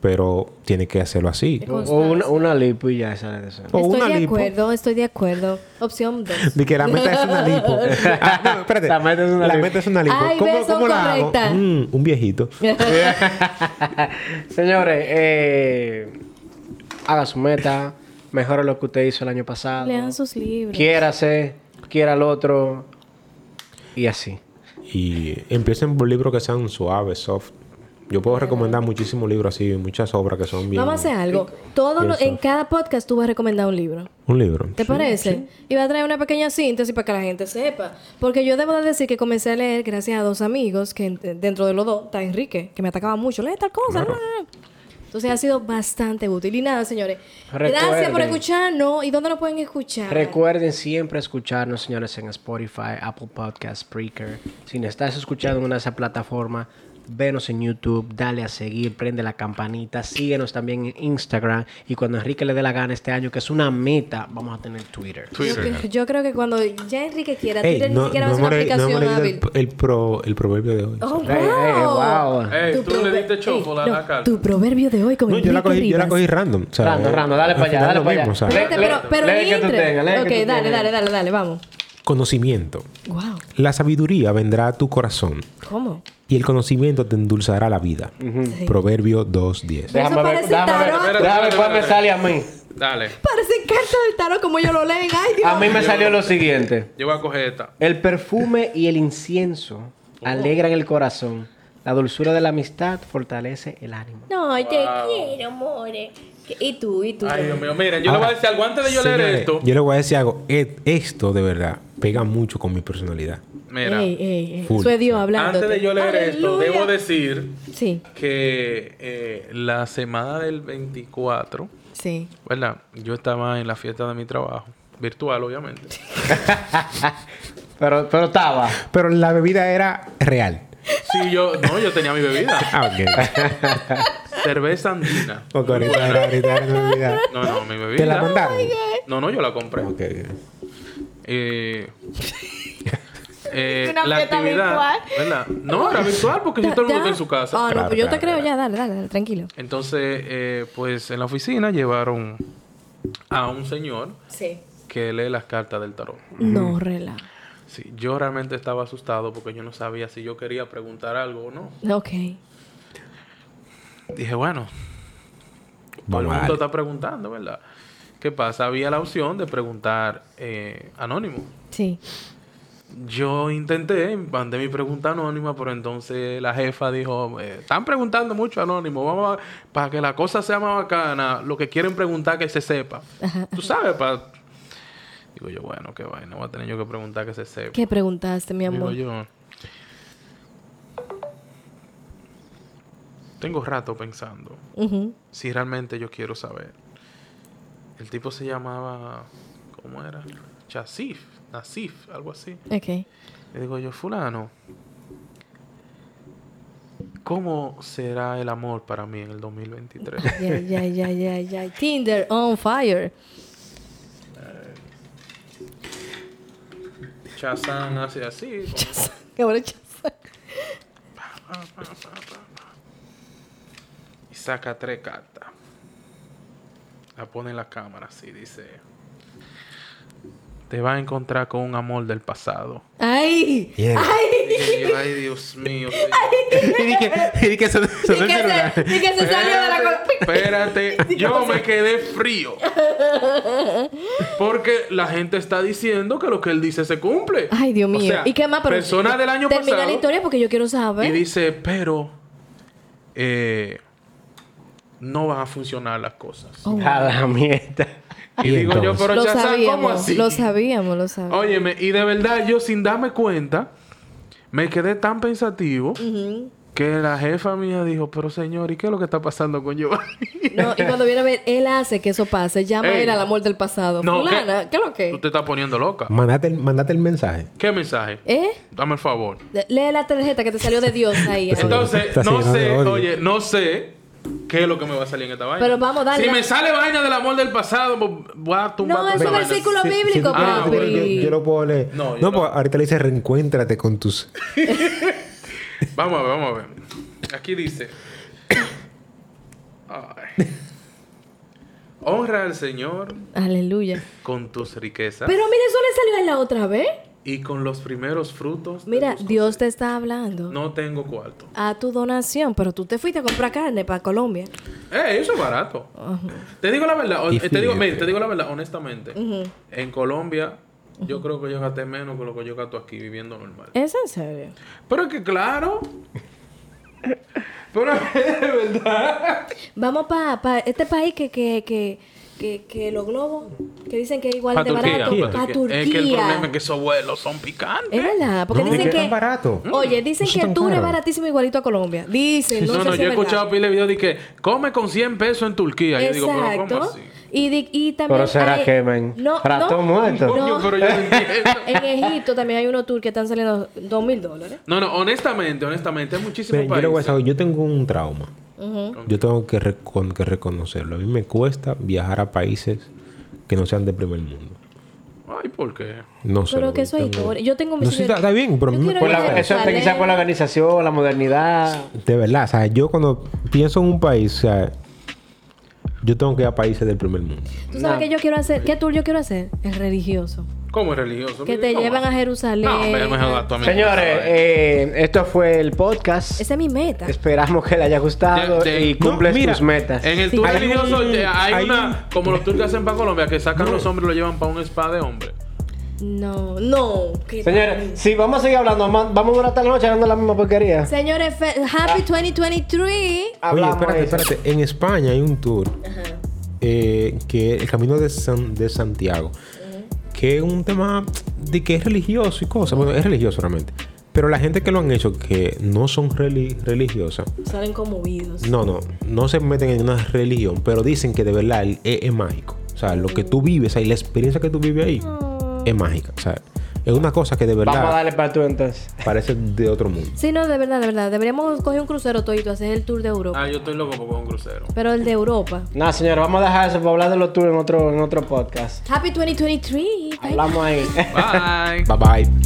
Pero tienes que hacerlo así. O, o una, una lipo y ya sale de eso. *laughs* O estoy una de lipo. acuerdo, estoy de acuerdo. Opción 2. De que la meta es una lipo. *laughs* Ah, no, espérate. La meta es una La lipo. meta es una lipo. Ay, ¿Cómo, ve, son cómo la hago? correctas. Mm, un viejito. Señores, eh, haga su meta, mejore lo que usted hizo el año pasado. Lean sus libros. Quiérase, quiera al otro. Y así. Y empiecen por libros que sean suaves, soft. Yo puedo recomendar muchísimos libros así, muchas obras que son bien. Vamos a hacer algo. Todo lo- Eso. en cada podcast tú vas a recomendar un libro. Un libro. ¿Te Sí, parece? sí. Y va a traer una pequeña síntesis para que la gente sepa. Porque yo debo de decir que comencé a leer gracias a dos amigos, que en- dentro de los dos está Enrique, que me atacaba mucho. Lee tal cosa. Claro. ah". Entonces ha sido bastante útil. Y nada, señores. Gracias por Recuerden. escucharnos. ¿Y dónde nos pueden escuchar? Recuerden siempre escucharnos, señores, en Spotify, Apple Podcasts, Spreaker. Si nos estás escuchando en una de esas plataformas, venos en YouTube, dale a seguir, prende la campanita, síguenos también en Instagram. Y cuando Enrique le dé la gana este año, que es una meta, vamos a tener Twitter. Yo, cre- yo creo que cuando ya Enrique quiera, Ey, Twitter ni no, siquiera va a no ser una hemos leído- no aplicación hemos leído hábil. el, el pro- el proverbio de hoy. Oh, wow. Ey, ey, wow. Ey, tú le prover- diste Ey, chocolate a la carta. Tu proverbio de hoy con No, yo la Enrique cogí, yo la Rivas. cogí random. o sea, eh, Rando, rando, dale al para allá, final dale lo para allá. mismo, o sea, Espérate, pero, pero Lee el que tú entre. tengas, lee el que ok, tú dale, tengas. dale, dale, dale, vamos. Conocimiento. Wow, La sabiduría vendrá a tu corazón ¿cómo? y el conocimiento te endulzará la vida. Sí. Proverbio 2.10. Eso parece déjame ver, tarot. Espérate, déjame ver cuál me espérate. sale a mí. Dale. Parecen cartas del tarot como yo lo leen. Ay, Dios. A mí me salió lo siguiente. Yo voy a coger esta. El perfume y el incienso Oh. alegran el corazón. La dulzura de la amistad fortalece el ánimo. No, te quiero, more. ¿Qué- ¿Y tú? ¿Y tú? Ay, Dios mío. Miren, yo le voy a decir algo antes de yo leer Ah, Señores, esto. Yo le voy a decir algo. E- Esto de verdad pega mucho con mi personalidad. Mira, Ey, ey, ey. Full. Eso es Dios hablando. antes de yo leer esto, debo decir Sí, que eh, la semana del 24, sí. ¿verdad? Yo estaba en la fiesta de mi trabajo, virtual, obviamente. Pero, pero estaba. Pero la bebida era real. Sí, yo, no, yo tenía mi bebida, Ah, ok. cerveza *laughs* andina. Porque ahorita era, ahorita era una bebida. No, no, mi bebida. ¿Te la mandaron? No, no, yo la compré. Ok, ok. *laughs* Eh, eh, Una la fiesta actividad, virtual. ¿verdad? No, era virtual porque si Ya- todo el mundo ya. está en su casa. Ah, no, Claro, pues yo te claro, creo ya. Dale, dale, dale, tranquilo. Entonces, eh, pues en la oficina llevaron a un señor Sí. que lee las cartas del tarot. No, relaja. Sí, yo realmente estaba asustado porque yo no sabía si yo quería preguntar algo o no. Ok. Dije, bueno, todo el Vamos a mundo darle. está preguntando, ¿verdad? ¿Qué pasa? Había la opción de preguntar eh, anónimo. Sí. Yo intenté, mandé mi pregunta anónima, pero entonces la jefa dijo, eh, están preguntando mucho anónimo, vamos a- para que la cosa sea más bacana, lo que quieren preguntar que *laughs* se sepa. Tú sabes, pa- Digo yo, bueno, qué vaina, voy a tener yo que preguntar que se sepa. ¿Qué preguntaste, mi Digo amor? yo. Tengo rato pensando Ujú. si realmente yo quiero saber. El tipo se llamaba, ¿cómo era? Chasif, Nasif, algo así. Ok. Le digo yo, fulano, ¿cómo será el amor para mí en el 2023? *laughs* Ya, ya, ya, ya, ya. Tinder on fire. *laughs* Chazán hace así. como, Qué bueno, chazo. *laughs* y saca tres cartas. La pone en la cámara así, dice. Te va a encontrar con un amor del pasado. ¡Ay! Yeah. ¡Ay! Dije yo, ay, Dios *laughs* mío. señor". *laughs* Y dije, y dije, sonó- Y sonó el que celular. se, y que se salió de la col- *laughs* Espérate, espérate, yo me quedé frío. Porque la gente está diciendo que lo que él dice se cumple. Ay, Dios O mío. sea, ¿Y qué más? Pero Persona del año termina pasado. la historia porque yo quiero saber. Y dice, pero eh, no van a funcionar las cosas. Oh, A la mierda. Y, Y digo yo, entonces. pero lo Chazán, ¿cómo sabíamos, así? lo sabíamos, lo sabíamos. Óyeme, y de verdad, yo sin darme cuenta, me quedé tan pensativo Ujú. que la jefa mía dijo, pero señor, ¿y qué es lo que está pasando con Giovanni? No, y cuando viene a ver, él hace que eso pase. Llama Ey. él al amor del pasado. No, Fulana, ¿qué, es lo Tú que? Mm. te estás poniendo loca. Mandate el, mandate el mensaje. ¿Qué mensaje? ¿Eh? Dame el favor. Le- Lee la tarjeta que te salió de Dios ahí. ahora. Pues Entonces, Está no lleno de sé, odio. oye, no sé qué es lo que me va a salir en esta vaina. Pero vamos, dale. Si me sale vaina del amor del pasado, pues, voy a tumbar No, tu es un vaina. versículo Sí, sí, bíblico, sí, Ah, papi. yo- yo, yo lo puedo leer. No, No, yo no. pues ahorita le dice reencuéntrate con tus. Vamos a ver, vamos a ver. Aquí dice. *coughs* Ay. Honra al Señor Aleluya. con tus riquezas Pero mira, eso le salió a él la otra vez. y con los primeros frutos. de Mira, tus Dios te está hablando. cosechas. No tengo cuarto. A tu donación, pero tú te fuiste a comprar carne para Colombia. Eh, eso es barato. Te digo la verdad, o- Y eh, te digo, fíjate. mira, te digo la verdad, honestamente. En Colombia, yo creo que yo gasté menos que lo que yo gasto aquí viviendo normal. ¿Es en serio? Pero es que claro. Pero es verdad. Vamos para este país que, que, que, que, que los globos, que dicen que es igual Pa' de barato. pa' Pa' Turquía. Es que el problema es que esos vuelos son picantes. Es verdad, porque No, dicen es que que... tan barato. Mm. Oye, dicen Eso que tan el tour es caro. baratísimo igualito a Colombia. Dicen, no, No, sé no, si yo he es verdad. escuchado pile de videos de que come con 100 pesos en Turquía. Yo digo, pero ¿cómo Exacto. así? Y, di- y también... Pero será hay- que, men, ratón muerto. no. Coño, pero yo no entiendo. *laughs* En Egipto también hay unos tours que están saliendo dos mil dólares. No, no, honestamente, honestamente, hay muchísimos Miren, yo, le voy a países. decir algo, yo tengo un trauma. Yo tengo que, recon- que reconocerlo. A mí me cuesta viajar a países que no sean de primer mundo. Ay, ¿por qué? No sé. Pero güey, que eso es tengo- histórico. Yo tengo un No, sí, señor- está, está bien, pero a Yo mí me quiero Por ir a la- eso Jerusalén. quizás por la organización, la modernidad. De verdad, o sea, yo cuando pienso en un país, o sea, yo tengo que ir a países del primer mundo. ¿Tú sabes No. qué yo quiero hacer? ¿Qué tour yo quiero hacer? El religioso. ¿Cómo es religioso? Que Miguel? te ¿Cómo? llevan a Jerusalén. No, me mejor a tu amigo. Señores, eh, esto fue el podcast. Esa es mi meta. Esperamos que le haya gustado De- de- y No, cumple mira, tus metas. En el tour hay un- religioso eh, hay, hay una, un- como los tours que hacen para Colombia, que sacan los hombres y lo llevan para un spa de hombre. No, no. ¿qué tal? Señores, si vamos a seguir hablando, ma- vamos a durar hasta la noche hablando la misma porquería. Señores, fe- happy 2023. Hablamos Oye, espérate, eso. espérate. En España hay un tour Ajá. eh, que el camino de, San- de Santiago, que es un tema de que es religioso y cosas. Bueno, es religioso realmente. Pero la gente que lo han hecho que no son reli- religiosas, Salen conmovidos. no, no, no se meten en una religión, pero dicen que de verdad el- E es, es mágico. O sea, lo que tú vives ahí, la experiencia que tú vives ahí es mágica. O sea, es una cosa que de verdad Vamos a darle para tú entonces. parece de otro mundo. Sí, no, de verdad, de verdad. Deberíamos coger un crucero todito, hacer el tour de Europa. Ah, yo estoy loco por coger un *laughs* crucero. Pero el de Europa. Nada, señores, vamos a dejar eso para hablar de los tours en otro, en otro podcast. Happy 2023. Bye. *laughs* Hablamos ahí. Bye. Bye bye.